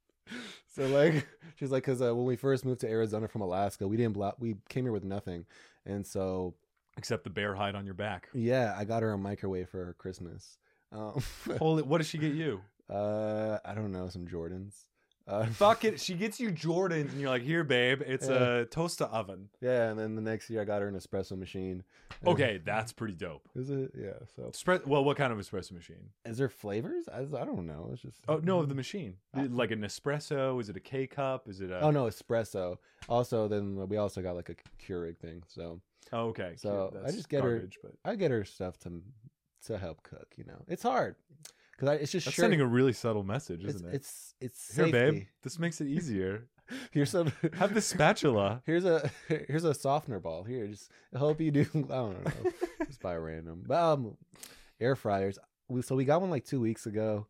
S1: *laughs* so like she's like, because uh, when we first moved to Arizona from Alaska, we didn't blo- we came here with nothing, and so
S2: Except the bear hide on your back. *laughs*
S1: yeah, I got her a microwave for her Christmas. Um, *laughs*
S2: Holy, what does she get you?
S1: uh, I don't know, some Jordans. Uh,
S2: Fuck it. She gets you Jordans, and you're like, here, babe, it's
S1: Yeah.
S2: a toaster oven.
S1: yeah, and then the next year I got her an espresso machine.
S2: *laughs* Okay, that's pretty dope.
S1: *laughs* Is it? Yeah. So
S2: Spre- well, what kind of espresso machine?
S1: Is there flavors? I, I don't know. It's just
S2: Oh, no, the machine.
S1: Uh,
S2: Like an espresso? Is it a K cup? Is it a.
S1: oh no espresso. Also, then we also got like a Keurig thing. So
S2: Oh, okay.
S1: So,
S2: cute.
S1: I just get her-
S2: garbage, But...
S1: I get her stuff to to help cook. You know, it's hard because it's just
S2: That's
S1: sure,
S2: sending a really subtle message,
S1: it's,
S2: isn't it?
S1: it's it's
S2: Here, babe.
S1: safety. *laughs*
S2: This makes it easier.
S1: Here's some.
S2: Have this spatula.
S1: Here's a here's a softener ball. Here, just it'll help you do. *laughs* I don't know. just buy random. But um, air fryers. We, so we got one like two weeks ago.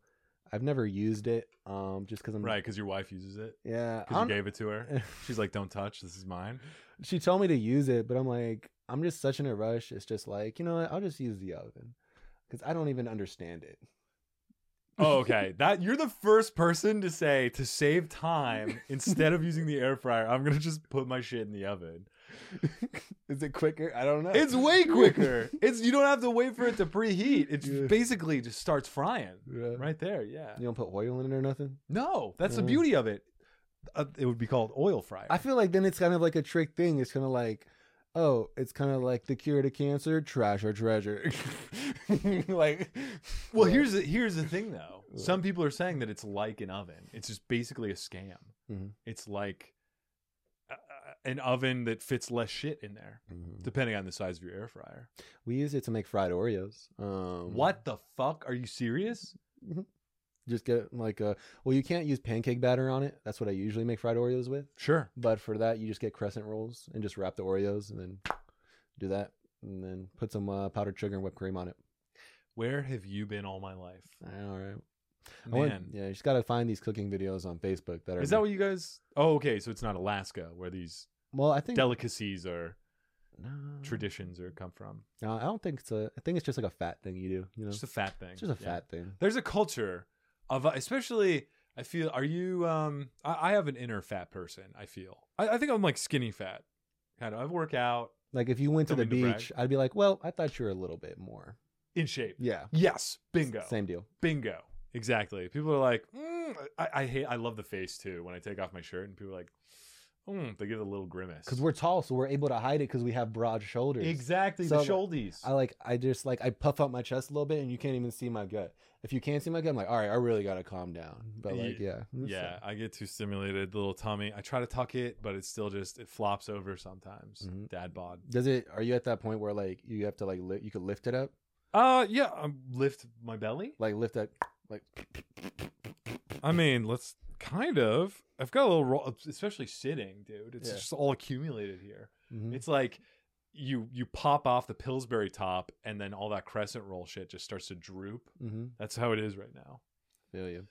S1: I've never used it. *laughs* Um, just because I'm
S2: Right, because your wife uses it.
S1: Yeah,
S2: Because
S1: I'm-
S2: you gave it
S1: *laughs*
S2: to her. She's like, "Don't touch. This is mine."
S1: she told me to use it, but I'm like, I'm just such in a rush. It's just like, you know what? I'll just use the oven because I don't even understand it. *laughs*
S2: Oh, okay. That you're the first person to say to save time instead of using the air fryer, I'm gonna just put my shit in the oven.
S1: Is it quicker? I don't know.
S2: It's way
S1: *laughs*
S2: quicker. It's you don't have to wait for it to preheat. It
S1: Yeah.
S2: basically just starts frying
S1: Yeah.
S2: right there. Yeah.
S1: You don't put oil in it or nothing.
S2: No, that's the
S1: Yeah.
S2: beauty of it. Uh, it would be called oil fryer.
S1: I feel like then it's kind of like a trick thing. It's kind of like, oh, it's kind of like the cure to cancer, trash or treasure. *laughs* like,
S2: well, here's the, here's the
S1: *laughs*
S2: thing though.
S1: Yeah.
S2: Some people are saying that it's like an oven. It's just basically a scam.
S1: Mhm.
S2: It's like uh, uh, an oven that fits less shit in there,
S1: Mhm.
S2: depending on the size of your air fryer.
S1: we use it to make fried Oreos. Um,
S2: What the fuck? Are you serious?
S1: Just get like a well, you can't use pancake batter on it. That's what I usually make fried Oreos with.
S2: Sure.
S1: But for that, you just get crescent rolls and just wrap the Oreos and then do that. And then put some uh, powdered sugar and whipped cream on it.
S2: Where have you been all my life?
S1: All right. I
S2: Man.
S1: want- yeah, you just got to find these cooking videos on Facebook that are.
S2: Is that what you guys? Oh, okay. So it's not Alaska where these
S1: Well, I think.
S2: delicacies or
S1: no,
S2: traditions or come from.
S1: No, I don't think it's a. I think it's just like a fat thing you do. You know,
S2: Just a fat thing.
S1: it's just a
S2: Yeah.
S1: fat thing.
S2: There's a culture of, uh, especially. I feel. Are you? Um. I, I have an inner fat person. I feel. I, I think I'm like skinny fat. Kind of. I work out
S1: Like if you went to
S2: Don't
S1: the
S2: mean to brag.
S1: beach, I'd be like, well, I thought you were a little bit more.
S2: in shape.
S1: Yeah.
S2: Yes. Bingo.
S1: Same deal.
S2: Bingo. Exactly. People are like, mm, I, I hate. I love the face too. When I take off my shirt, and people are like, mm, they give a little grimace.
S1: Because we're tall, so we're able to hide it because we have broad shoulders.
S2: exactly
S1: So,
S2: the
S1: like,
S2: shoulders.
S1: I like I just like I puff out my chest a little bit and you can't even see my gut. If you can't see my gut, I'm like, all right, I really gotta calm down. But like,
S2: Ye-
S1: yeah, it's,
S2: yeah,
S1: uh,
S2: I get too stimulated. The little tummy. I try to tuck it, but it's still just it flops over sometimes.
S1: Mhm.
S2: Dad bod.
S1: Does it? Are you at that point where like you have to like li- you could lift it up,
S2: Uh, yeah. I lift my belly.
S1: like lift that, like
S2: I mean, let's kind of. I've got a little, roll, especially sitting, dude. It's
S1: Yeah.
S2: just all accumulated here.
S1: mhm.
S2: It's like you you pop off the Pillsbury top, and then all that crescent roll shit just starts to droop.
S1: Mhm.
S2: That's how it is right now.
S1: Feel you.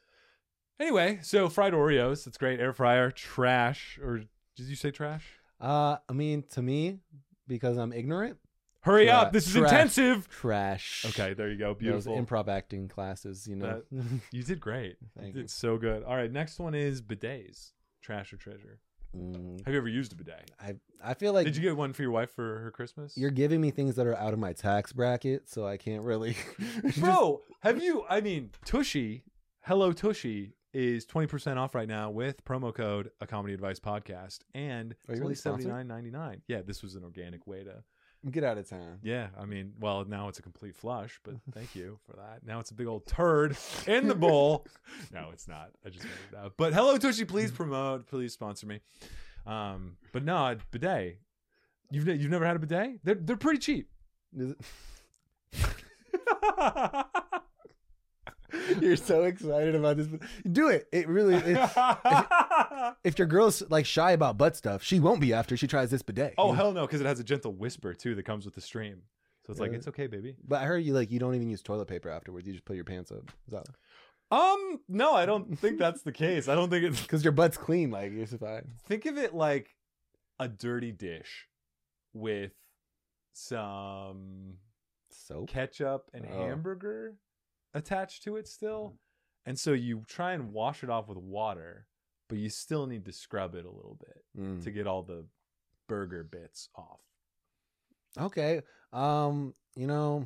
S2: Anyway, so fried Oreos. That's great. Air fryer. Trash. Or did you say trash?
S1: Uh, I mean, to me, because I'm ignorant,
S2: Hurry
S1: Tra-
S2: up! This is
S1: trash.
S2: intensive.
S1: trash.
S2: Okay, there you go.
S1: Those
S2: Beautiful.
S1: improv acting classes, you know.
S2: You did great.
S1: Thank
S2: It's so good. All right, next one is bidets. Trash or
S1: you.
S2: treasure?
S1: *laughs* Mm,
S2: Have you ever used a bidet?
S1: I I feel like
S2: Did you get one for your wife for her Christmas?
S1: you're giving me things that are out of my tax bracket, so I can't really. *laughs*
S2: Bro, have you I mean Tushy, Hello Tushy is 20% off right now with promo code a comedy advice podcast and
S1: Are you
S2: it's only
S1: really sponsored?
S2: 79.99. Yeah, this was an organic way to.
S1: Get out of town.
S2: Yeah, I mean, well, now it's a complete flush,
S1: *laughs*
S2: but thank you for that. Now it's a big old turd in the bowl. *laughs* No, it's not. I just made it up. But hello Tushy, please promote, please sponsor me. Um, but no, a bidet. You've ne- you've never had a bidet? They're they're pretty cheap.
S1: Is it- *laughs* You're so excited about this. Do it. It really.
S2: *laughs*
S1: It, if your girl's like shy about butt stuff, she won't be after she tries this bidet.
S2: oh hell no, because it has a gentle whisper too that comes with the stream. So it's like
S1: Yeah.
S2: it's okay, baby.
S1: But I heard you like you don't even use toilet paper afterwards. You just put your pants up.
S2: Um, no, I *laughs* don't think that's the case. I don't think *laughs* it's
S1: Because your butt's clean. Like it's fine.
S2: think of it like a dirty dish with some
S1: Soap.
S2: ketchup and
S1: Oh.
S2: hamburger attached to it still. And so you try and wash it off with water, but you still need to scrub it a little bit
S1: Mm.
S2: to get all the burger bits off.
S1: Okay. Um. You know.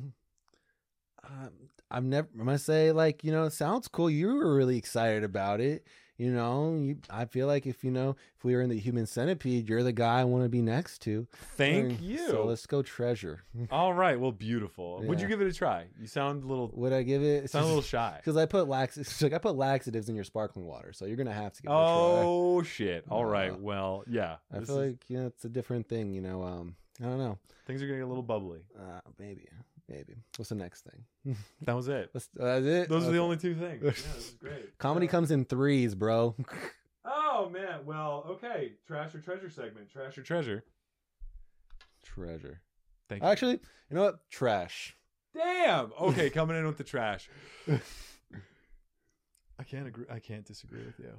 S1: Um, I'm never. I'm gonna say like you know. It sounds cool. You were really excited about it. You know. You. I feel like if you know if we were in the human centipede, you're the guy I want to be next to.
S2: Thank
S1: Mm,
S2: you.
S1: So let's go treasure.
S2: all right. Well, beautiful. Would you
S1: Yeah.
S2: give it a try? You sound a little
S1: Would I give it?
S2: sound a little shy.
S1: Because I put lax, it's like I put laxatives in your sparkling water, so you're gonna have to give it a
S2: Oh shit. All
S1: Uh,
S2: right. Well, yeah.
S1: try. I
S2: This
S1: feel
S2: is-
S1: like you know it's a different thing, you know. Um, I don't know.
S2: things are getting a little bubbly.
S1: Uh, maybe Maybe. What's the next thing? *laughs*
S2: That was it.
S1: Let's, that's uh, it.
S2: Those are
S1: Okay.
S2: the only two things.
S1: *laughs*
S2: Yeah, this is great.
S1: Comedy
S2: Yeah.
S1: comes in threes,
S2: *laughs*
S1: bro.
S2: Oh man. Well, okay. Trash or treasure segment. Trash or treasure.
S1: Treasure.
S2: Thank you.
S1: Actually, you know what? Trash.
S2: Damn.
S1: *laughs*
S2: Okay, coming in with the trash. I can't agree. I can't disagree with you.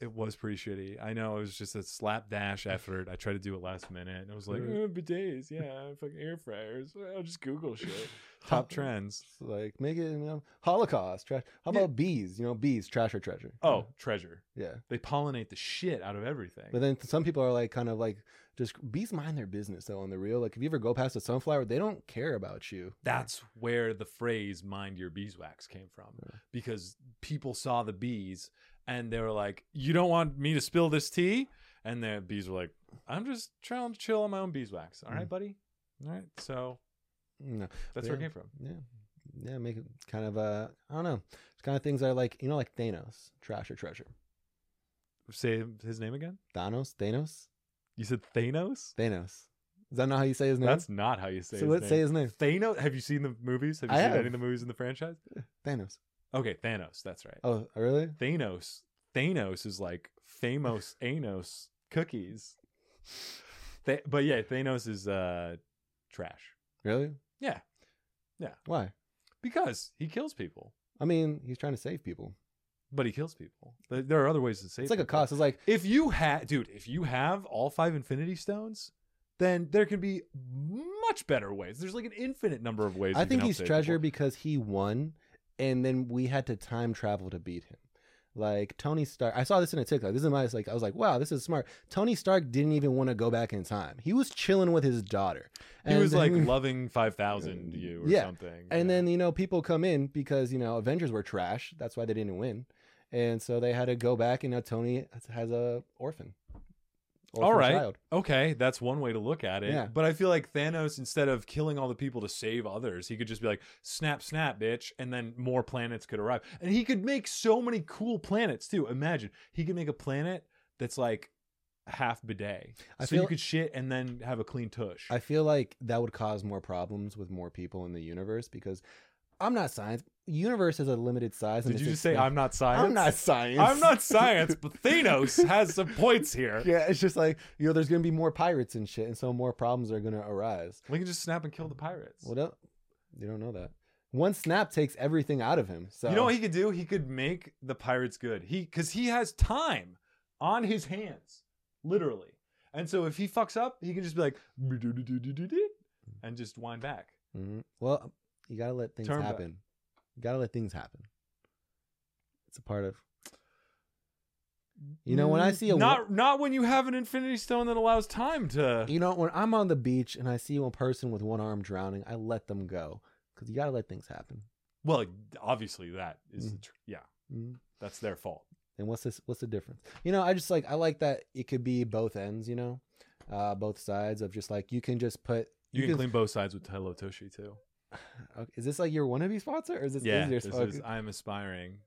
S2: It was pretty shitty. I know it was just a slapdash effort. I tried to do it last minute, and I was like,
S1: Right.
S2: eh, bidets, yeah, fucking air fryers. I'll just Google shit.
S1: *laughs*
S2: Top trends.
S1: It's like make it you know, Holocaust trash. How
S2: Yeah.
S1: about bees? You know, bees, trash or treasure.
S2: Oh, treasure.
S1: Yeah.
S2: They pollinate the shit out of everything.
S1: But then some people are like kind of like just bees mind their business though on the real. Like if you ever go past a sunflower, they don't care about you.
S2: That's where the phrase "mind your beeswax" came from,
S1: Yeah.
S2: because people saw the bees and they were like, "You don't want me to spill this tea," and the bees were like, "I'm just trying to chill on my own beeswax." All right,
S1: Mm.
S2: buddy. All right, so
S1: No.
S2: that's where it
S1: Yeah.
S2: came from.
S1: Yeah. Yeah, make it kind of uh I don't know. It's kind of things that are like you know, like Thanos, trash or treasure.
S2: Say his name again.
S1: Thanos? Thanos?
S2: You said Thanos.
S1: Thanos. Is that not how you say his name?
S2: That's not how you say.
S1: so
S2: his
S1: let's
S2: name.
S1: say his name.
S2: Thanos. Have you seen the movies? Have you
S1: I
S2: seen
S1: have.
S2: any of the movies in the franchise?
S1: Thanos.
S2: Okay, Thanos. That's right.
S1: Oh, really?
S2: Thanos. Thanos is like
S1: *laughs*
S2: famous Anos cookies. Th- but yeah, Thanos is uh trash
S1: Really?
S2: Yeah. Yeah.
S1: Why?
S2: because he kills people.
S1: I mean, he's trying to save people.
S2: But he kills people. Th- There are other ways to save.
S1: It's like a
S2: people.
S1: cost. It's like
S2: If you had, dude, if you have all five Infinity Stones, then there can be much better ways. There's like an infinite number of ways.
S1: I
S2: you can
S1: think
S2: help
S1: he's
S2: save
S1: treasure
S2: people.
S1: because he won, and then we had to time travel to beat him. Like Tony Stark, I saw this in a TikTok. This is my it's like I was like, wow, this is smart. Tony Stark didn't even want to go back in time. He was chilling with his daughter.
S2: he was
S1: *laughs*
S2: like
S1: then-
S2: loving five thousand you or
S1: Yeah.
S2: something.
S1: and
S2: yeah.
S1: then you know people come in because you know Avengers were trash. That's why they didn't win, and so they had to go back. And now Tony has a orphan.
S2: All right. Okay, that's one way to look at it.
S1: Yeah.
S2: But I feel like Thanos, instead of killing all the people to save others, he could just be like, snap, snap, bitch, and then more planets could arrive. And he could make so many cool planets too. Imagine he could make a planet that's like half bidet.
S1: I
S2: so you
S1: feel-
S2: could shit and then have a clean tush.
S1: I feel like that would cause more problems with more people in the universe because I'm not science. Universe is a limited size. and
S2: Did you
S1: it's
S2: just say
S1: expan-
S2: I'm not science?
S1: I'm not science. *laughs*
S2: I'm not science, but Thanos has some points here.
S1: yeah, it's just like you know, there's gonna be more pirates and shit, and so more problems are gonna arise.
S2: We can just snap and kill the pirates.
S1: Well, don't you don't know that. One snap takes everything out of him. So
S2: You know what he could do? He could make the pirates good. He because he has time on his hands, literally. And so if he fucks up, he can just be like
S1: Mm-hmm.
S2: "Bidoo-doo-doo-doo-doo-doo," and just wind back.
S1: Mhm. Well, you gotta let things
S2: Turn back.
S1: happen. You gotta let things happen. It's a part of. You know, when I see a wo- E-,
S2: not not when you have an infinity stone that allows time to.
S1: You know, when I'm on the beach and I see one person with one arm drowning, I let them go because you gotta let things happen.
S2: Well, obviously that
S1: Mm-hmm.
S2: is the tr- yeah,
S1: Mhm.
S2: that's their fault.
S1: And what's this? What's the difference? You know, I just like I like that it could be both ends. You know, uh, both sides of just like you can just put.
S2: You, can, clean both sides with Hello Toshi too.
S1: *sighs* Okay, is this like your wannabe sponsor or is this
S2: Yeah,
S1: is your
S2: this
S1: sponsor?
S2: is
S1: *laughs*
S2: I'm aspiring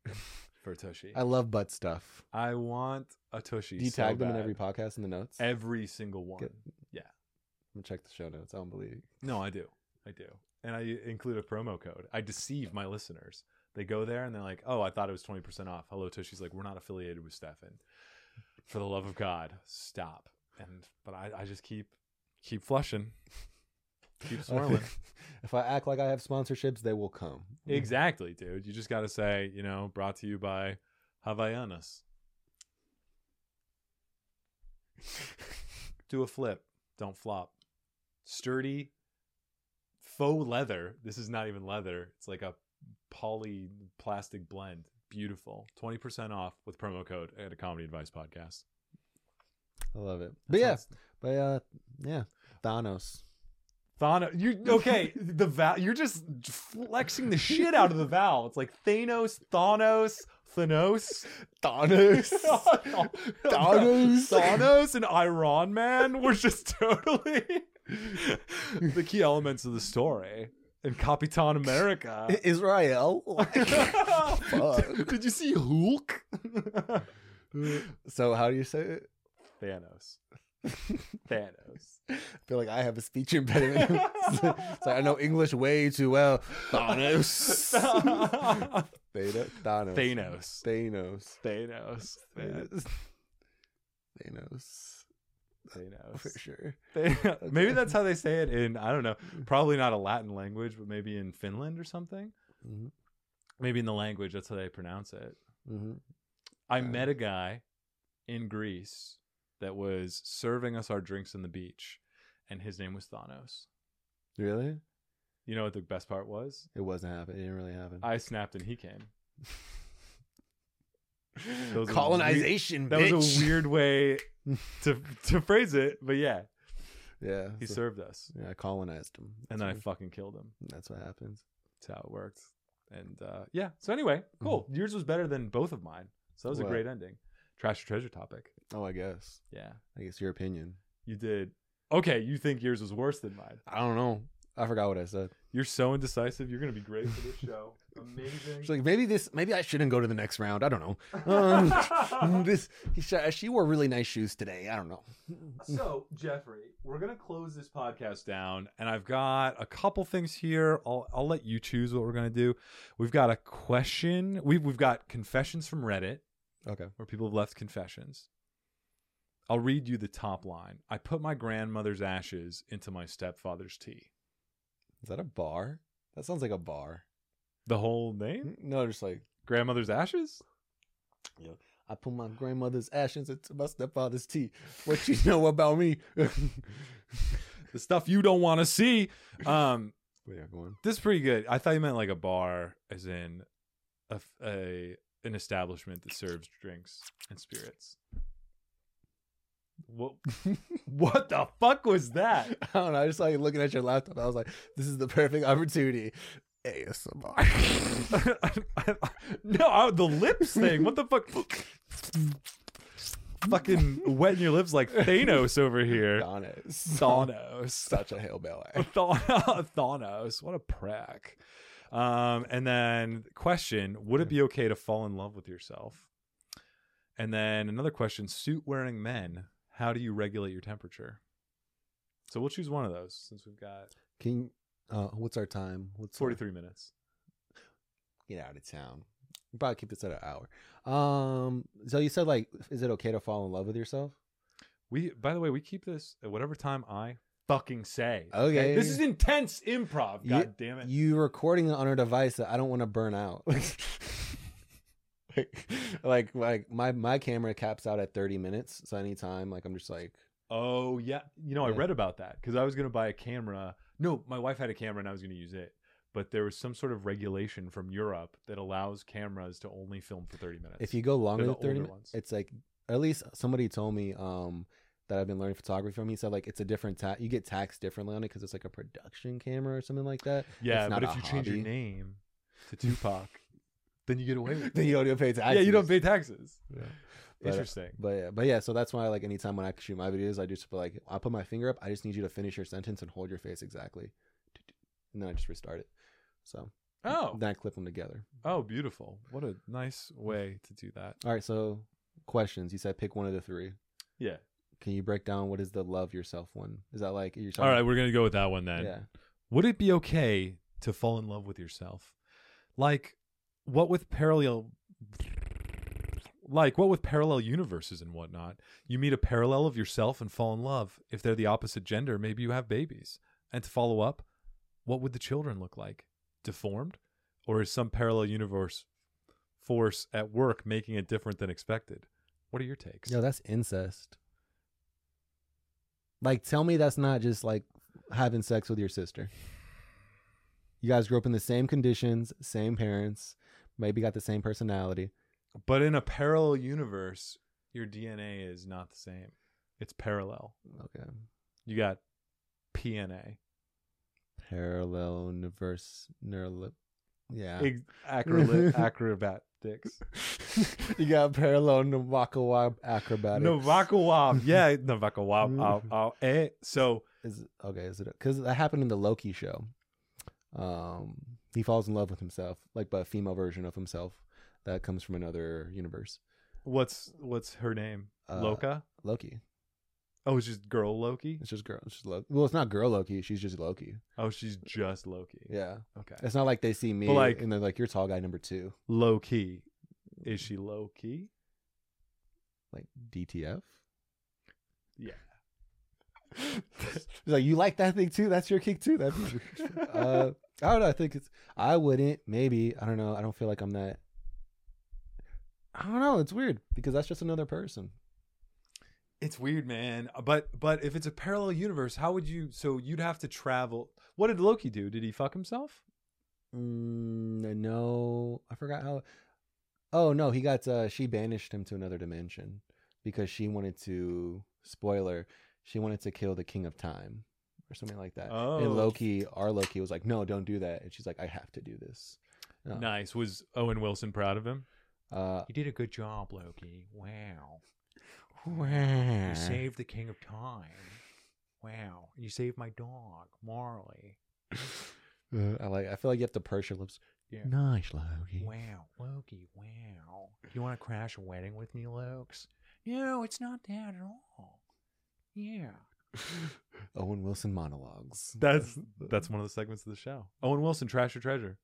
S2: for Toshi.
S1: I love butt stuff.
S2: I, want a Toshi.
S1: Do you
S2: so
S1: tag them in
S2: bad.
S1: every podcast in the notes? I'm
S2: every single one.
S1: Good. gonna check the show notes. I don't believe. you.
S2: No, I do. I do. And I include a promo code. I deceive my listeners. They go there and they're like, oh, I thought it was 20% off. Hello, Tushy's like, we're not affiliated with Stefan. For the love of God, stop. And but I, I just keep keep flushing. Keep swirling.
S1: *laughs* if I act like I have sponsorships, they will come.
S2: Mm. exactly, dude. You just gotta say, you know, brought to you by Havaianas. *laughs* Do a flip. Don't flop. Sturdy faux leather. This is not even leather. It's like a poly plastic blend. Beautiful. 20% off with promo code at a comedy advice podcast.
S1: I love it. But yeah,
S2: Sounds-
S1: but uh, yeah, Thanos.
S2: Thanos, you okay? The vowel, you're just flexing the shit out of the vowel. It's like Thanos, Thanos, Thanos,
S1: *laughs* Thanos.
S2: *laughs*
S1: Thanos.
S2: Thanos, and Iron Man were just totally *laughs* the key elements of the story. And
S1: *laughs*
S2: Capitan America.
S1: Israel.
S2: *laughs*
S1: Fuck.
S2: Did you see Hulk? *laughs*
S1: so how do you say it?
S2: Thanos. Thanos.
S1: I feel like I have a speech impediment. *laughs* so I know English way too well. Thanos. Theta- Thanos.
S2: *laughs* Thanos.
S1: Thanos.
S2: Thanos. man.
S1: Thanos. Thanos. *laughs* For
S2: Thanos.
S1: sure.
S2: Thanos. Maybe
S1: Okay.
S2: that's how they say it in I don't know. Probably not a Latin language, but maybe in Finland or something.
S1: Mhm.
S2: Maybe in the language that's how they pronounce it.
S1: Mhm.
S2: I
S1: Yeah.
S2: met a guy in Greece that was serving us our drinks on the beach, and his name was Thanos.
S1: Really?
S2: You know what the best part was?
S1: It wasn't happening. It didn't really happen.
S2: I snapped and he came. that was a
S1: Colonization,
S2: That
S1: bitch. *laughs*
S2: was a weird way to to phrase it, but yeah,
S1: yeah.
S2: he
S1: so-
S2: served us,
S1: yeah, I colonized him.
S2: and then I
S1: That's
S2: fucking killed him.
S1: what- that's what happens.
S2: That's how it worked. And uh, yeah, so anyway, cool. Yours was better than both of mine, so that was a
S1: Mm-hmm. What?
S2: great ending. Trash or treasure topic.
S1: Oh, I guess.
S2: Yeah,
S1: I guess your opinion.
S2: you did. Okay, you think yours was worse than mine.
S1: I don't know. I forgot what I said.
S2: You're so indecisive. You're gonna be great for this
S1: *laughs*
S2: show. Amazing.
S1: She's like, maybe this, maybe I shouldn't go to the next round. I don't know.
S2: Uh-huh.
S1: Um, *laughs* this, he, sh- she wore really nice shoes today. I don't know. *laughs*
S2: so Jeffrey, we're gonna close this podcast down, and I've got a couple things here. I'll I'll let you choose what we're gonna do. We've got a question. We've we've got confessions from Reddit
S1: Okay.
S2: where people have left confessions. I'll read you the top line. I put my grandmother's ashes into my stepfather's tea.
S1: Is that a bar? That sounds like a bar.
S2: The whole name?
S1: No, just like
S2: Grandmother's ashes?
S1: I put my grandmother's ashes into my stepfather's tea. What you know about me? *laughs* Where
S2: The stuff you don't want to see. Um,
S1: you going?
S2: This is pretty good. I thought you meant like a bar, as in a, f- a- an establishment that serves drinks and spirits. What what the fuck
S1: *laughs*
S2: was
S1: I
S2: that?
S1: don't know. I just saw you looking at your laptop. I was like, this is the perfect opportunity. ASMR.
S2: no, I, the lips thing. What the fuck? Fucking wetting your lips like Thanos over here.
S1: Donis.
S2: Thanos.
S1: Such a
S2: *laughs*
S1: hillbilly.
S2: Thanos. Thanos. What a prick. Um, and then question: Would it be okay to fall in love with yourself? And then another question: Suit wearing men, how do you regulate your temperature? So we'll choose one of those since we've got
S1: King, uh, what's our time? What's our-
S2: forty three minutes.
S1: get out of town. We'll probably keep this at an hour. Um, so you said like, is it okay to fall in love with yourself?
S2: We, by the way, we keep this at whatever time I fucking say.
S1: Okay.
S2: this is intense improv.
S1: You-
S2: God damn it!
S1: You recording it on a device that I don't want to burn out. *laughs* like, like, like my my camera caps out at thirty minutes, so anytime, like I'm just like,
S2: Oh yeah, you know I
S1: Yeah.
S2: read about that because I was gonna buy a camera. No, my wife had a camera and I was gonna use it, but there was some sort of regulation from Europe that allows cameras to only film for thirty minutes.
S1: if you go longer
S2: They're
S1: than
S2: the
S1: thirty
S2: older
S1: minutes,
S2: ones.
S1: it's like at least somebody told me um that I've been learning photography from. He said like it's a different tax. You get taxed differently on it because it's like a production camera or something like
S2: *laughs*
S1: that.
S2: yeah,
S1: it's not
S2: but
S1: a
S2: if you change your
S1: hobby.
S2: name
S1: *laughs*
S2: to Tupac, then you get away with
S1: then
S2: it.
S1: you don't even pay taxes.
S2: Yeah, you don't pay taxes.
S1: Yeah. But, uh,
S2: Interesting.
S1: But yeah, but yeah, so that's why like anytime when I shoot my videos, I just put like I put my finger up. I just need you to finish your sentence and hold your face exactly, and then I just restart it. So
S2: Oh,
S1: then I clip them together.
S2: oh, beautiful. What a nice way to do that.
S1: All right, so questions. You said pick one of the three.
S2: Yeah.
S1: Can you break down what is the love yourself one? Is that like you're
S2: All right, we're gonna go with that one then.
S1: Yeah.
S2: Would it be okay to fall in love with yourself? Like what with parallel like what with parallel universes and whatnot? You meet a parallel of yourself and fall in love. If they're the opposite gender, maybe you have babies. And to follow up, what would the children look like? Deformed? Or is some parallel universe force at work making it different than expected? What are your takes?
S1: Yo, that's incest. Like, tell me that's not just like having sex with your sister. You guys grew up in the same conditions, same parents, maybe got the same personality.
S2: But in a parallel universe, your DNA is not the same. It's parallel.
S1: Okay.
S2: You got PNA.
S1: Parallel universe neural. Yeah.
S2: Ex- *laughs* acrobat, acrobatics.
S1: *laughs* you got parallel Novakawab acrobatics.
S2: *laughs* Novakawab. Yeah, Novakawab. ow, ow, eh. So,
S1: Is, okay, is it? Because that happened in the Loki show. Um, he falls in love with himself, like but a female version of himself that comes from another universe.
S2: what's what's her name?
S1: Uh,
S2: Loka?
S1: Loki.
S2: Oh, it's just girl Loki.
S1: It's just girl. It's just Loki. Well, it's not girl Loki. She's just Loki.
S2: Oh, she's just Loki.
S1: Yeah.
S2: Okay.
S1: It's not like they see me
S2: But, like-
S1: and they're like, "You're tall guy number two.
S2: Low key. Is she low key?
S1: Like DTF.
S2: Yeah.
S1: It's *laughs* like you like that thing too. That's your kick too. That. uh, I don't know. I think it's. I wouldn't. Maybe. I don't know. I don't feel like I'm that. I don't know. It's weird because that's just another person.
S2: It's weird, man. But but if it's a parallel universe, how would you? So you'd have to travel. What did Loki do? Did he fuck himself?
S1: Mm, no, I forgot how. Oh no, he got. Uh, she banished him to another dimension because she wanted to. Spoiler: She wanted to kill the king of time or something like that.
S2: Oh.
S1: And Loki, our Loki, was like, "No, don't do that." And she's like, "I have to do this." No.
S2: Nice. Was Owen Wilson proud of him?
S1: Uh,
S2: You did a good job, Loki. Wow.
S1: you *laughs*
S2: You saved the king of time. Wow. You saved my dog, Marley.
S1: uh, I like. I feel like you have to purse your lips.
S2: Yeah.
S1: Nice, Loki.
S2: Wow, Loki, wow. You want to crash a wedding with me, Lokes? No, it's not that at all. Yeah.
S1: *laughs* Owen Wilson monologues. *laughs*
S2: That's that's one of the segments of the show. Owen Wilson, Trash or Treasure?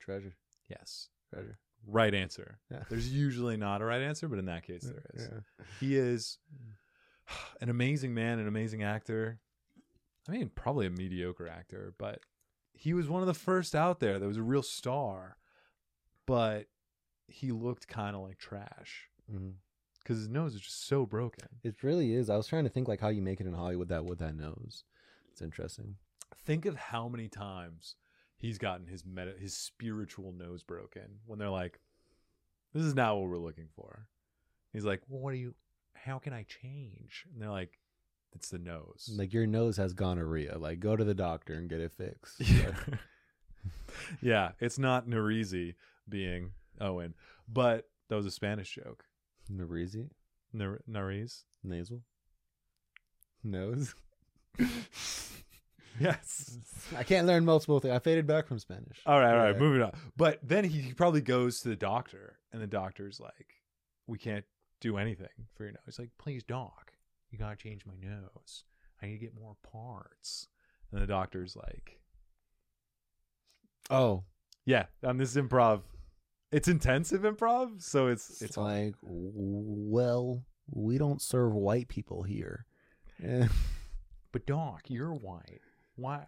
S1: treasure.
S2: Yes.
S1: Treasure.
S2: Right answer.
S1: Yeah.
S2: There's usually not a right answer, but in that
S1: *laughs*
S2: case, there is.
S1: Yeah.
S2: He is an amazing man, an amazing actor. I mean, probably a mediocre actor, but he was one of the first out there that was a real star. But he looked kind of like trash
S1: Mhm.
S2: because his nose is just so broken.
S1: It really is. I was trying to think like how you make it in Hollywood that with that nose. It's interesting.
S2: Think of how many times he's gotten his meta, his spiritual nose broken when they're like, "This is not what we're looking for." He's like, well, "What are you? How can I change?" And they're like, "It's the nose."
S1: Like your nose has gonorrhea. Like go to the doctor and get it fixed. *laughs*
S2: *laughs* Yeah. yeah, it's not Narizi being Owen, but that was a Spanish joke.
S1: Narizi?
S2: Nar- Nariz? *laughs*
S1: Nasal? Nose? *laughs*
S2: Yes.
S1: I can't learn multiple things. I faded back from Spanish.
S2: All right, all right,
S1: Yeah.
S2: moving on. But then he, he probably goes to the doctor, and the doctor's like, "We can't do anything for your nose." He's like, "Please, doc, you gotta change my nose. I need to get more parts." And the doctor's like,
S1: Oh.
S2: "Yeah, on this improv, it's intensive improv, so it's
S1: It's
S2: it's
S1: like well, we don't serve white people here. Eh,
S2: But doc, you're white. Why?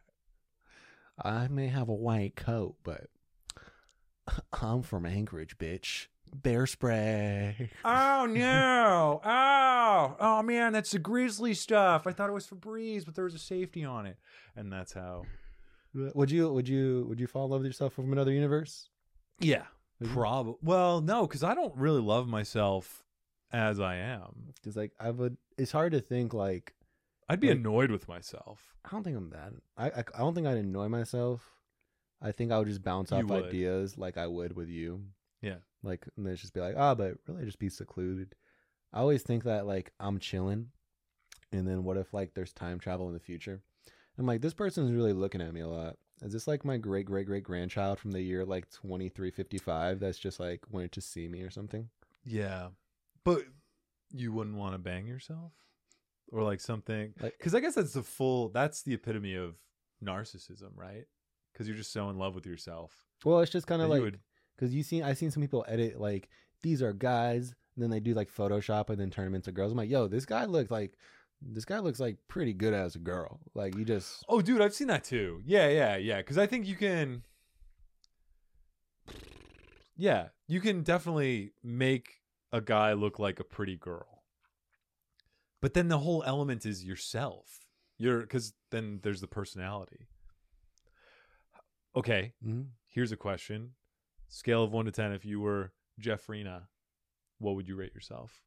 S1: I may have a white coat, but *laughs* I'm from Anchorage, bitch. Bear spray.
S2: Oh no! Oh, oh man, that's the grizzly stuff. I thought it was Febreze, but there was a safety on it, and that's how.
S1: Would you would you would you fall in love with yourself from another universe?
S2: Yeah,
S1: Would you?
S2: probably. Well, no, because I don't really love myself as I am.
S1: Because like I would, it's hard to think like
S2: I'd be
S1: Like-
S2: annoyed with myself.
S1: I don't think I'm that. I I, I don't think I'd annoy myself. I think I would just bounce
S2: You
S1: off
S2: would.
S1: ideas like I would with you.
S2: Yeah.
S1: Like and then just be like, ah, but really just be secluded. I always think that like I'm chilling, and then what if like there's time travel in the future? I'm like, this person's really looking at me a lot. Is this like my great great great grandchild from the year like 2355 that's just like wanted to see me or something?
S2: Yeah, but you wouldn't want to bang yourself, or like something.
S1: Like
S2: Because I guess that's the full. That's the epitome of narcissism, right? Because you're just so in love with yourself.
S1: Well, it's just kind
S2: that
S1: of
S2: you
S1: like
S2: would-
S1: because you seen I've seen some people edit like these are guys, and then they do like Photoshop and then turn them into girls. I'm like, yo, this guy looks like this guy looks like pretty good as a girl. Like you just
S2: Oh, dude, I've seen that too. Yeah, yeah, yeah. Because I think you can. Yeah, you can definitely make a guy look like a pretty girl. But then the whole element is yourself. You're because then there's the personality. Okay,
S1: mm,
S2: here's a question: scale of one to ten. If you were Jeffrina, what would you rate yourself?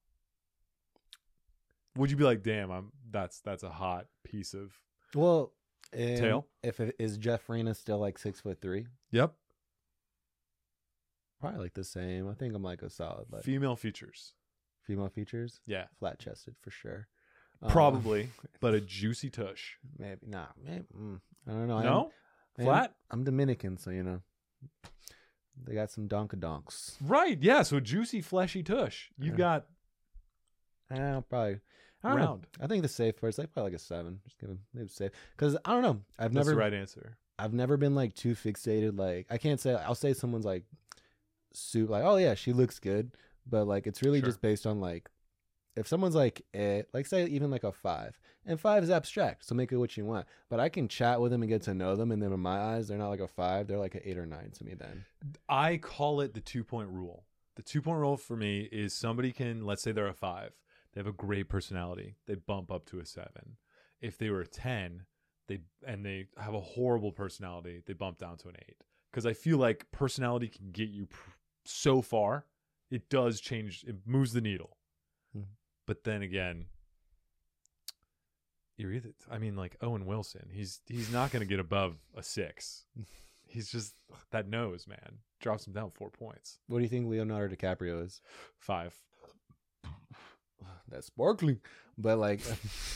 S2: Would you be like, "Damn, I'm that's that's a hot piece of
S1: well. and
S2: Tail?
S1: If it, is Jeff Rena still like six foot three?
S2: yep
S1: Probably like the same. I think I'm like a solid like
S2: female features.
S1: female features,
S2: Yeah,
S1: flat chested for sure. Um, *laughs*
S2: probably, but a juicy tush.
S1: maybe not. maybe mm, I don't know. I am-
S2: no,
S1: I am-
S2: flat.
S1: I'm Dominican, so you know they got some donkadonks.
S2: Right. Yeah. So juicy, fleshy tush. You've
S1: Yeah.
S2: got
S1: I don't know, Eh, probably. I don't know.
S2: round.
S1: I think the safe part is like probably like a seven. Just give him maybe safe because I don't know. I've
S2: That's
S1: never
S2: the right answer.
S1: I've never been like too fixated. Like I can't say I'll say someone's like soup like oh yeah she looks good, but like it's really
S2: Sure.
S1: just based on like if someone's like eh, like say even like a five and five is abstract so make it what you want. But I can chat with them and get to know them and then in my eyes they're not like a five they're like an eight or nine to me then.
S2: I call it the two point rule. The two point rule for me is somebody can, let's say they're a five, they have a great personality, they bump up to a seven. If they were a 10, they and they have a horrible personality, they bump down to an eight. Because I feel like personality can get you pr- so far, it does change, it moves the needle.
S1: Mhm.
S2: But then again, you're either, I mean, like Owen Wilson, he's he's not going to get above a six. He's just that nose, man. Drops him down four points.
S1: What do you think Leonardo DiCaprio is? *sighs*
S2: Five.
S1: That's sparkling, but like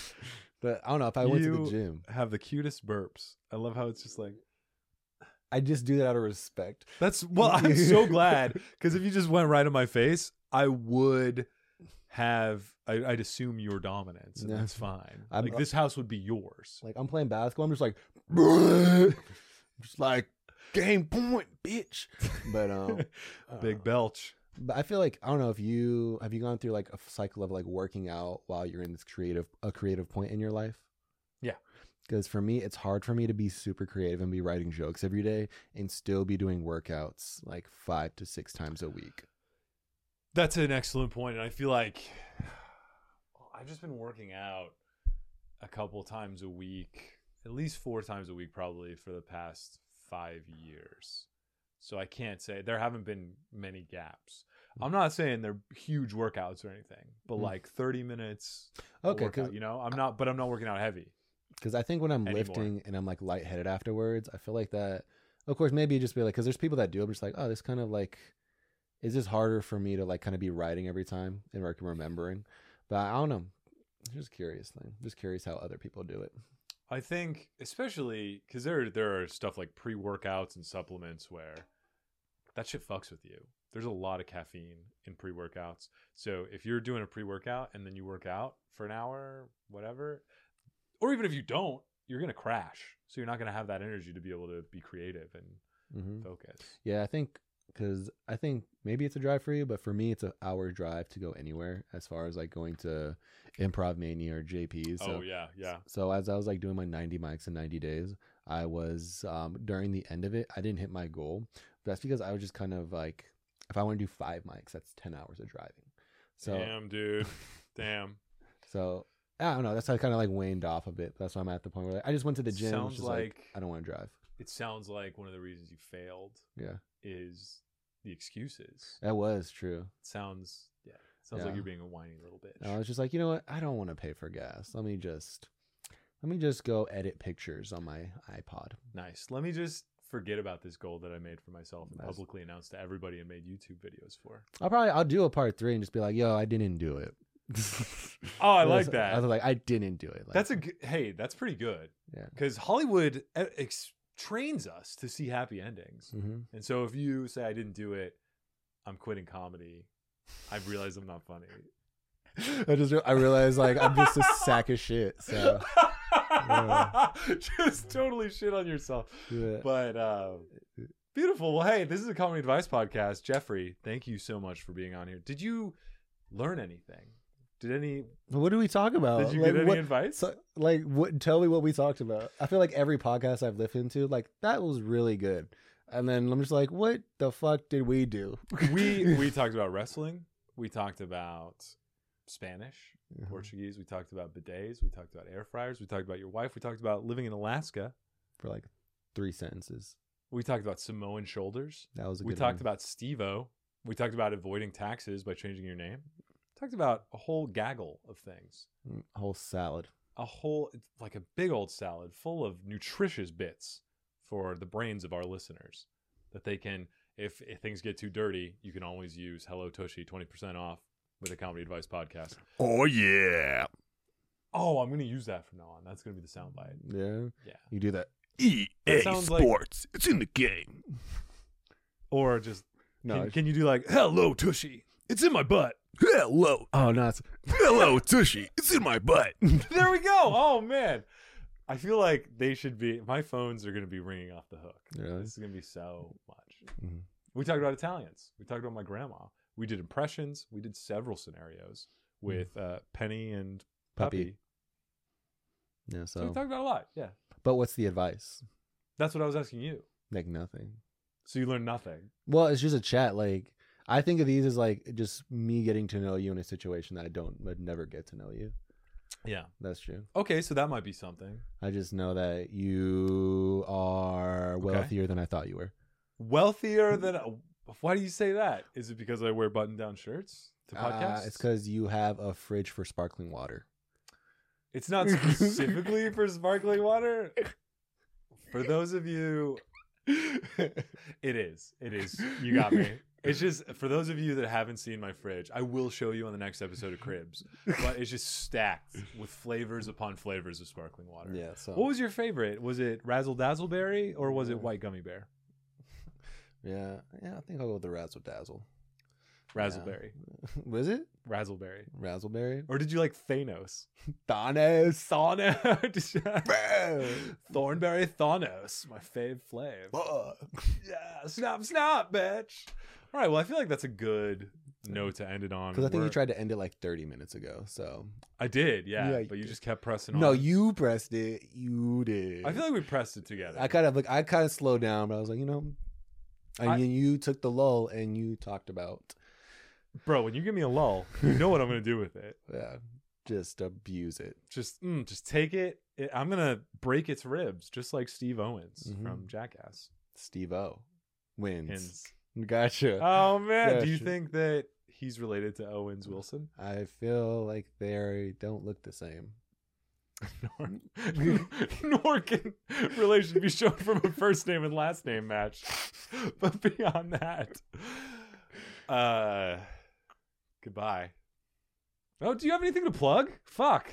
S1: *laughs* but I don't know if I went to
S2: You-
S1: the gym
S2: Have the cutest burps. I love how it's just like
S1: I just do that out of respect.
S2: that's well,
S1: *laughs*
S2: I'm so glad. Because if you just went right in my face, I would have I, I'd assume your dominance, and
S1: No.
S2: that's fine.
S1: I'm-
S2: like this house would be yours.
S1: Like I'm playing basketball, I'm just
S2: *laughs*
S1: like, "Bruh." just like game point, bitch. But
S2: *laughs*
S1: um,
S2: Big
S1: uh,
S2: belch.
S1: but I feel like I don't know if you have you gone through like a cycle of like working out while you're in this creative a creative point in your life.
S2: Yeah.
S1: Because for me, it's hard for me to be super creative and be writing jokes every day and still be doing workouts like five to six times a week.
S2: That's an excellent point, and I feel like *sighs* I've just been working out a couple times a week, at least four times a week, probably for the past five years. So I can't say there haven't been many gaps. I'm not saying they're huge workouts or anything, but
S1: Mm.
S2: like 30 minutes. a
S1: Okay,
S2: workout,
S1: because
S2: you know, I'm not, but I'm not working out heavy.
S1: because I think when I'm
S2: Anymore.
S1: lifting and I'm like lightheaded afterwards, I feel like that. Of course, maybe just be like, because there's people that do. I'm just like, oh, this kind of like, is this harder for me to like kind of be writing every time and like remembering? But I don't know. I'm just curious thing. Just curious how other people do it.
S2: I think, especially because there there are stuff like pre workouts and supplements where that shit fucks with you. There's a lot of caffeine in pre workouts, so if you're doing a pre workout and then you work out for an hour, whatever, or even if you don't, you're gonna crash. So you're not gonna have that energy to be able to be creative and
S1: hmm
S2: focus.
S1: Yeah, I think because I think maybe it's a drive for you, but for me, it's an hour drive to go anywhere as far as like going to Improv Mania or JP. So
S2: oh yeah, yeah.
S1: So as I was like doing my 90 mics in 90 days, I was um, during the end of it, I didn't hit my goal. That's because I was just kind of like, if I want to do five mics, that's 10 hours of driving. So *laughs*
S2: Damn, dude. Damn.
S1: so I don't know. That's how I kind of like waned off a bit. That's why I'm at the point where like, I just went to the gym.
S2: Sounds
S1: Sounds like,
S2: like-
S1: I don't want to drive.
S2: It sounds like one of the reasons you failed
S1: Yeah,
S2: is the excuses.
S1: that was true.
S2: sounds yeah sounds
S1: Yeah.
S2: like you're being a whiny little bitch
S1: I was just like, you know what? I don't want to pay for gas. Let me just let me just go edit pictures on my iPod.
S2: nice let me just forget about this goal that i made for myself and
S1: Nice.
S2: publicly announced to everybody and made youtube videos
S1: *laughs*
S2: for
S1: I'll probably I'll do a part three and just be like, yo, I didn't do it. *laughs*
S2: *laughs* oh i
S1: was-
S2: like
S1: I
S2: that
S1: was like, I didn't do it. Like,
S2: that's a g- hey that's pretty good
S1: Yeah.
S2: because hollywood uh, ex- trains us to see happy endings
S1: Mhm.
S2: and so if you say i didn't do it i'm quitting comedy i realize i'm not funny
S1: I just re- I realized like I'm just a sack of shit.
S2: *laughs*
S1: So Yeah.
S2: just totally shit on yourself
S1: yeah.
S2: but uh, beautiful. Well, hey, this is a comedy advice podcast. Jeffrey, thank you so much for being on here. Did you learn anything? Did any?
S1: what do we talk about?
S2: did you
S1: like,
S2: get any
S1: what,
S2: advice?
S1: so, like what? Tell me what we talked about. I feel like every podcast I've listened to, like that was really good. And then I'm just like, what the fuck did we do?
S2: *laughs* we
S1: *laughs*
S2: we talked about wrestling. We talked about Spanish,
S1: Mhm.
S2: Portuguese. We talked about bidets. We talked about air fryers. We talked about your wife. We talked about living in Alaska.
S1: for like three sentences.
S2: We talked about Samoan shoulders.
S1: That was a
S2: We
S1: good
S2: talked
S1: one.
S2: about Stevo. We talked about avoiding taxes by changing your name. Talked about a whole gaggle of things.
S1: Mm, whole salad.
S2: a whole like a big old salad full of nutritious bits for the brains of our listeners that they can if, if things get too dirty you can always use hello tushy 20% off with a comedy advice podcast
S1: Oh yeah,
S2: oh i'm gonna use that from now on that's gonna be the soundbite
S1: yeah.
S2: Yeah. E
S1: you do that.
S3: EA
S2: That sounds like-
S3: Sports. It's in the game.
S2: or just
S1: No,
S2: can, can you do like hello tushy It's in my butt.
S1: Hello. Oh no, it's *laughs* hello Tushy. It's in my butt.
S2: There we go. Oh man, I feel like they should be. My phones are gonna be ringing off the hook.
S1: Really?
S2: This is gonna be so much.
S1: Mhm.
S2: We talked about Italians. We talked about my grandma. We did impressions. We did several scenarios with uh, Penny and Puppy.
S1: Mm. Puppy. Yeah.
S2: So we
S1: So,
S2: talked about a lot. Yeah,
S1: but what's the advice?
S2: that's what I was asking you.
S1: Like nothing.
S2: So you learned nothing.
S1: Well, it's just a chat. Like I think of these as like just me getting to know you in a situation that I don't would never get to know you.
S2: Yeah.
S1: That's true.
S2: Okay, so that might be something.
S1: I just know that you are wealthier than I thought you were.
S2: Wealthier than. Why do you say that? Is it because I wear button-down shirts to podcasts?
S1: Uh, it's because you have a fridge for sparkling water.
S2: It's not specifically for sparkling water. For those of you, it is. It is. You got me. It's just for those of you that haven't seen my fridge, I will show you on the next episode of Cribs. But it's just stacked with flavors upon flavors of sparkling water.
S1: Yeah. So
S2: What was your favorite? Was it Razzle Dazzleberry or was it
S1: Yeah.
S2: White Gummy Bear?
S1: yeah, yeah. I think I'll go with the razzle dazzle.
S2: Razzleberry.
S1: *laughs* was it
S2: Razzleberry.
S1: razzleberry?
S2: Or did you like Thanos?
S1: Thanos.
S2: Thanos. *laughs* Did you-
S1: Bro.
S2: Thornberry Thanos. My fave flave. Yeah, snap, snap, bitch. All right. Well, I feel like that's a good note to end it on.
S1: Because I think you
S2: We're-
S1: tried to end it like 30 minutes ago. So
S2: I did, yeah.
S1: Yeah, you
S2: but you
S1: did.
S2: just kept pressing on.
S1: no, you pressed it. You did.
S2: I feel like we pressed it together.
S1: I kind of like I kind of slowed down, but I was like, you know, and
S2: I-
S1: you- you took the lull and you talked about
S2: Bro, when you give me a lull, you know what I'm gonna do with it.
S1: yeah, just abuse it.
S2: Just, mm, just take it. it. I'm gonna break its ribs, just like Steve Owens
S1: Mhm.
S2: from Jackass.
S1: Steve O wins.
S2: Hins.
S1: Gotcha.
S2: Oh man, do you
S1: Gotcha.
S2: think that he's related to Owens Wilson?
S1: I feel like they don't look the same.
S2: Nor, *laughs* nor can relation be shown from a first name and last name match. But beyond that, uh, goodbye. Oh, do you have anything to plug? Fuck,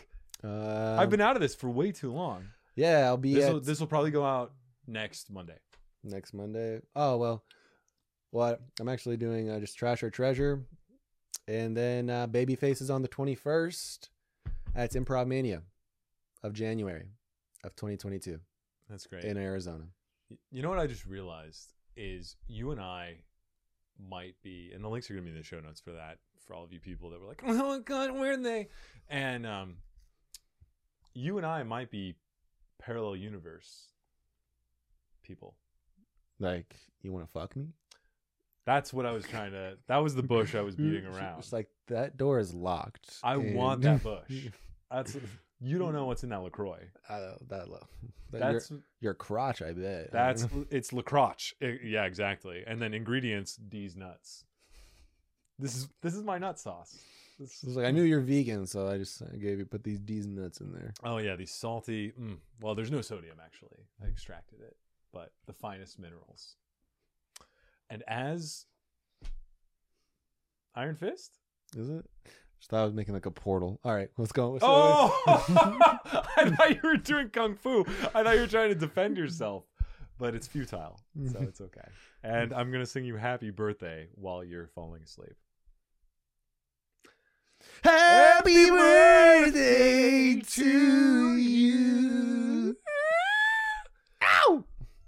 S1: Uh,
S2: I've been out of this for way too long.
S1: yeah. I'll be
S2: This will
S1: at-
S2: this will probably go out next Monday.
S1: next Monday. Oh well, what I'm actually doing uh, just trash or treasure, and then uh, Babyface is on the 21st. That's Improv Mania of January of 2022
S2: That's great.
S1: in Arizona.
S2: You know what I just realized is you and I might be, and the links are going to be in the show notes for that for all of you people that were like, *laughs* "Oh my god, where are they?" And um, you and I might be parallel universe people.
S1: Like, you want to fuck me?
S2: That's what I was trying to. That was the bush I was beating
S1: *laughs*
S2: around.
S1: It's like that door is locked.
S2: I
S1: and- *laughs*
S2: want that bush. That's you don't know what's in that Lacroix.
S1: I don't, that low. *laughs* your,
S2: That's
S1: your crotch, I bet. *laughs* I don't
S2: that's
S1: know.
S2: it's Lacroix. I- Yeah, exactly. And then ingredients: D's nuts. This is this is my nut sauce. This
S1: It's like I knew you're vegan, so I just I gave you put these D's nuts in there.
S2: Oh yeah, these salty. Mm, well, there's no sodium actually. I extracted it, but the finest minerals. And as Iron Fist.
S1: Is it? Just thought I was making like a portal. All right, let's go. Let's go.
S2: Oh, *laughs* I thought you were doing kung fu. I thought you were trying to defend yourself, but it's futile, so it's okay. And I'm gonna sing you "Happy Birthday" while you're falling asleep.
S1: Happy birthday to you.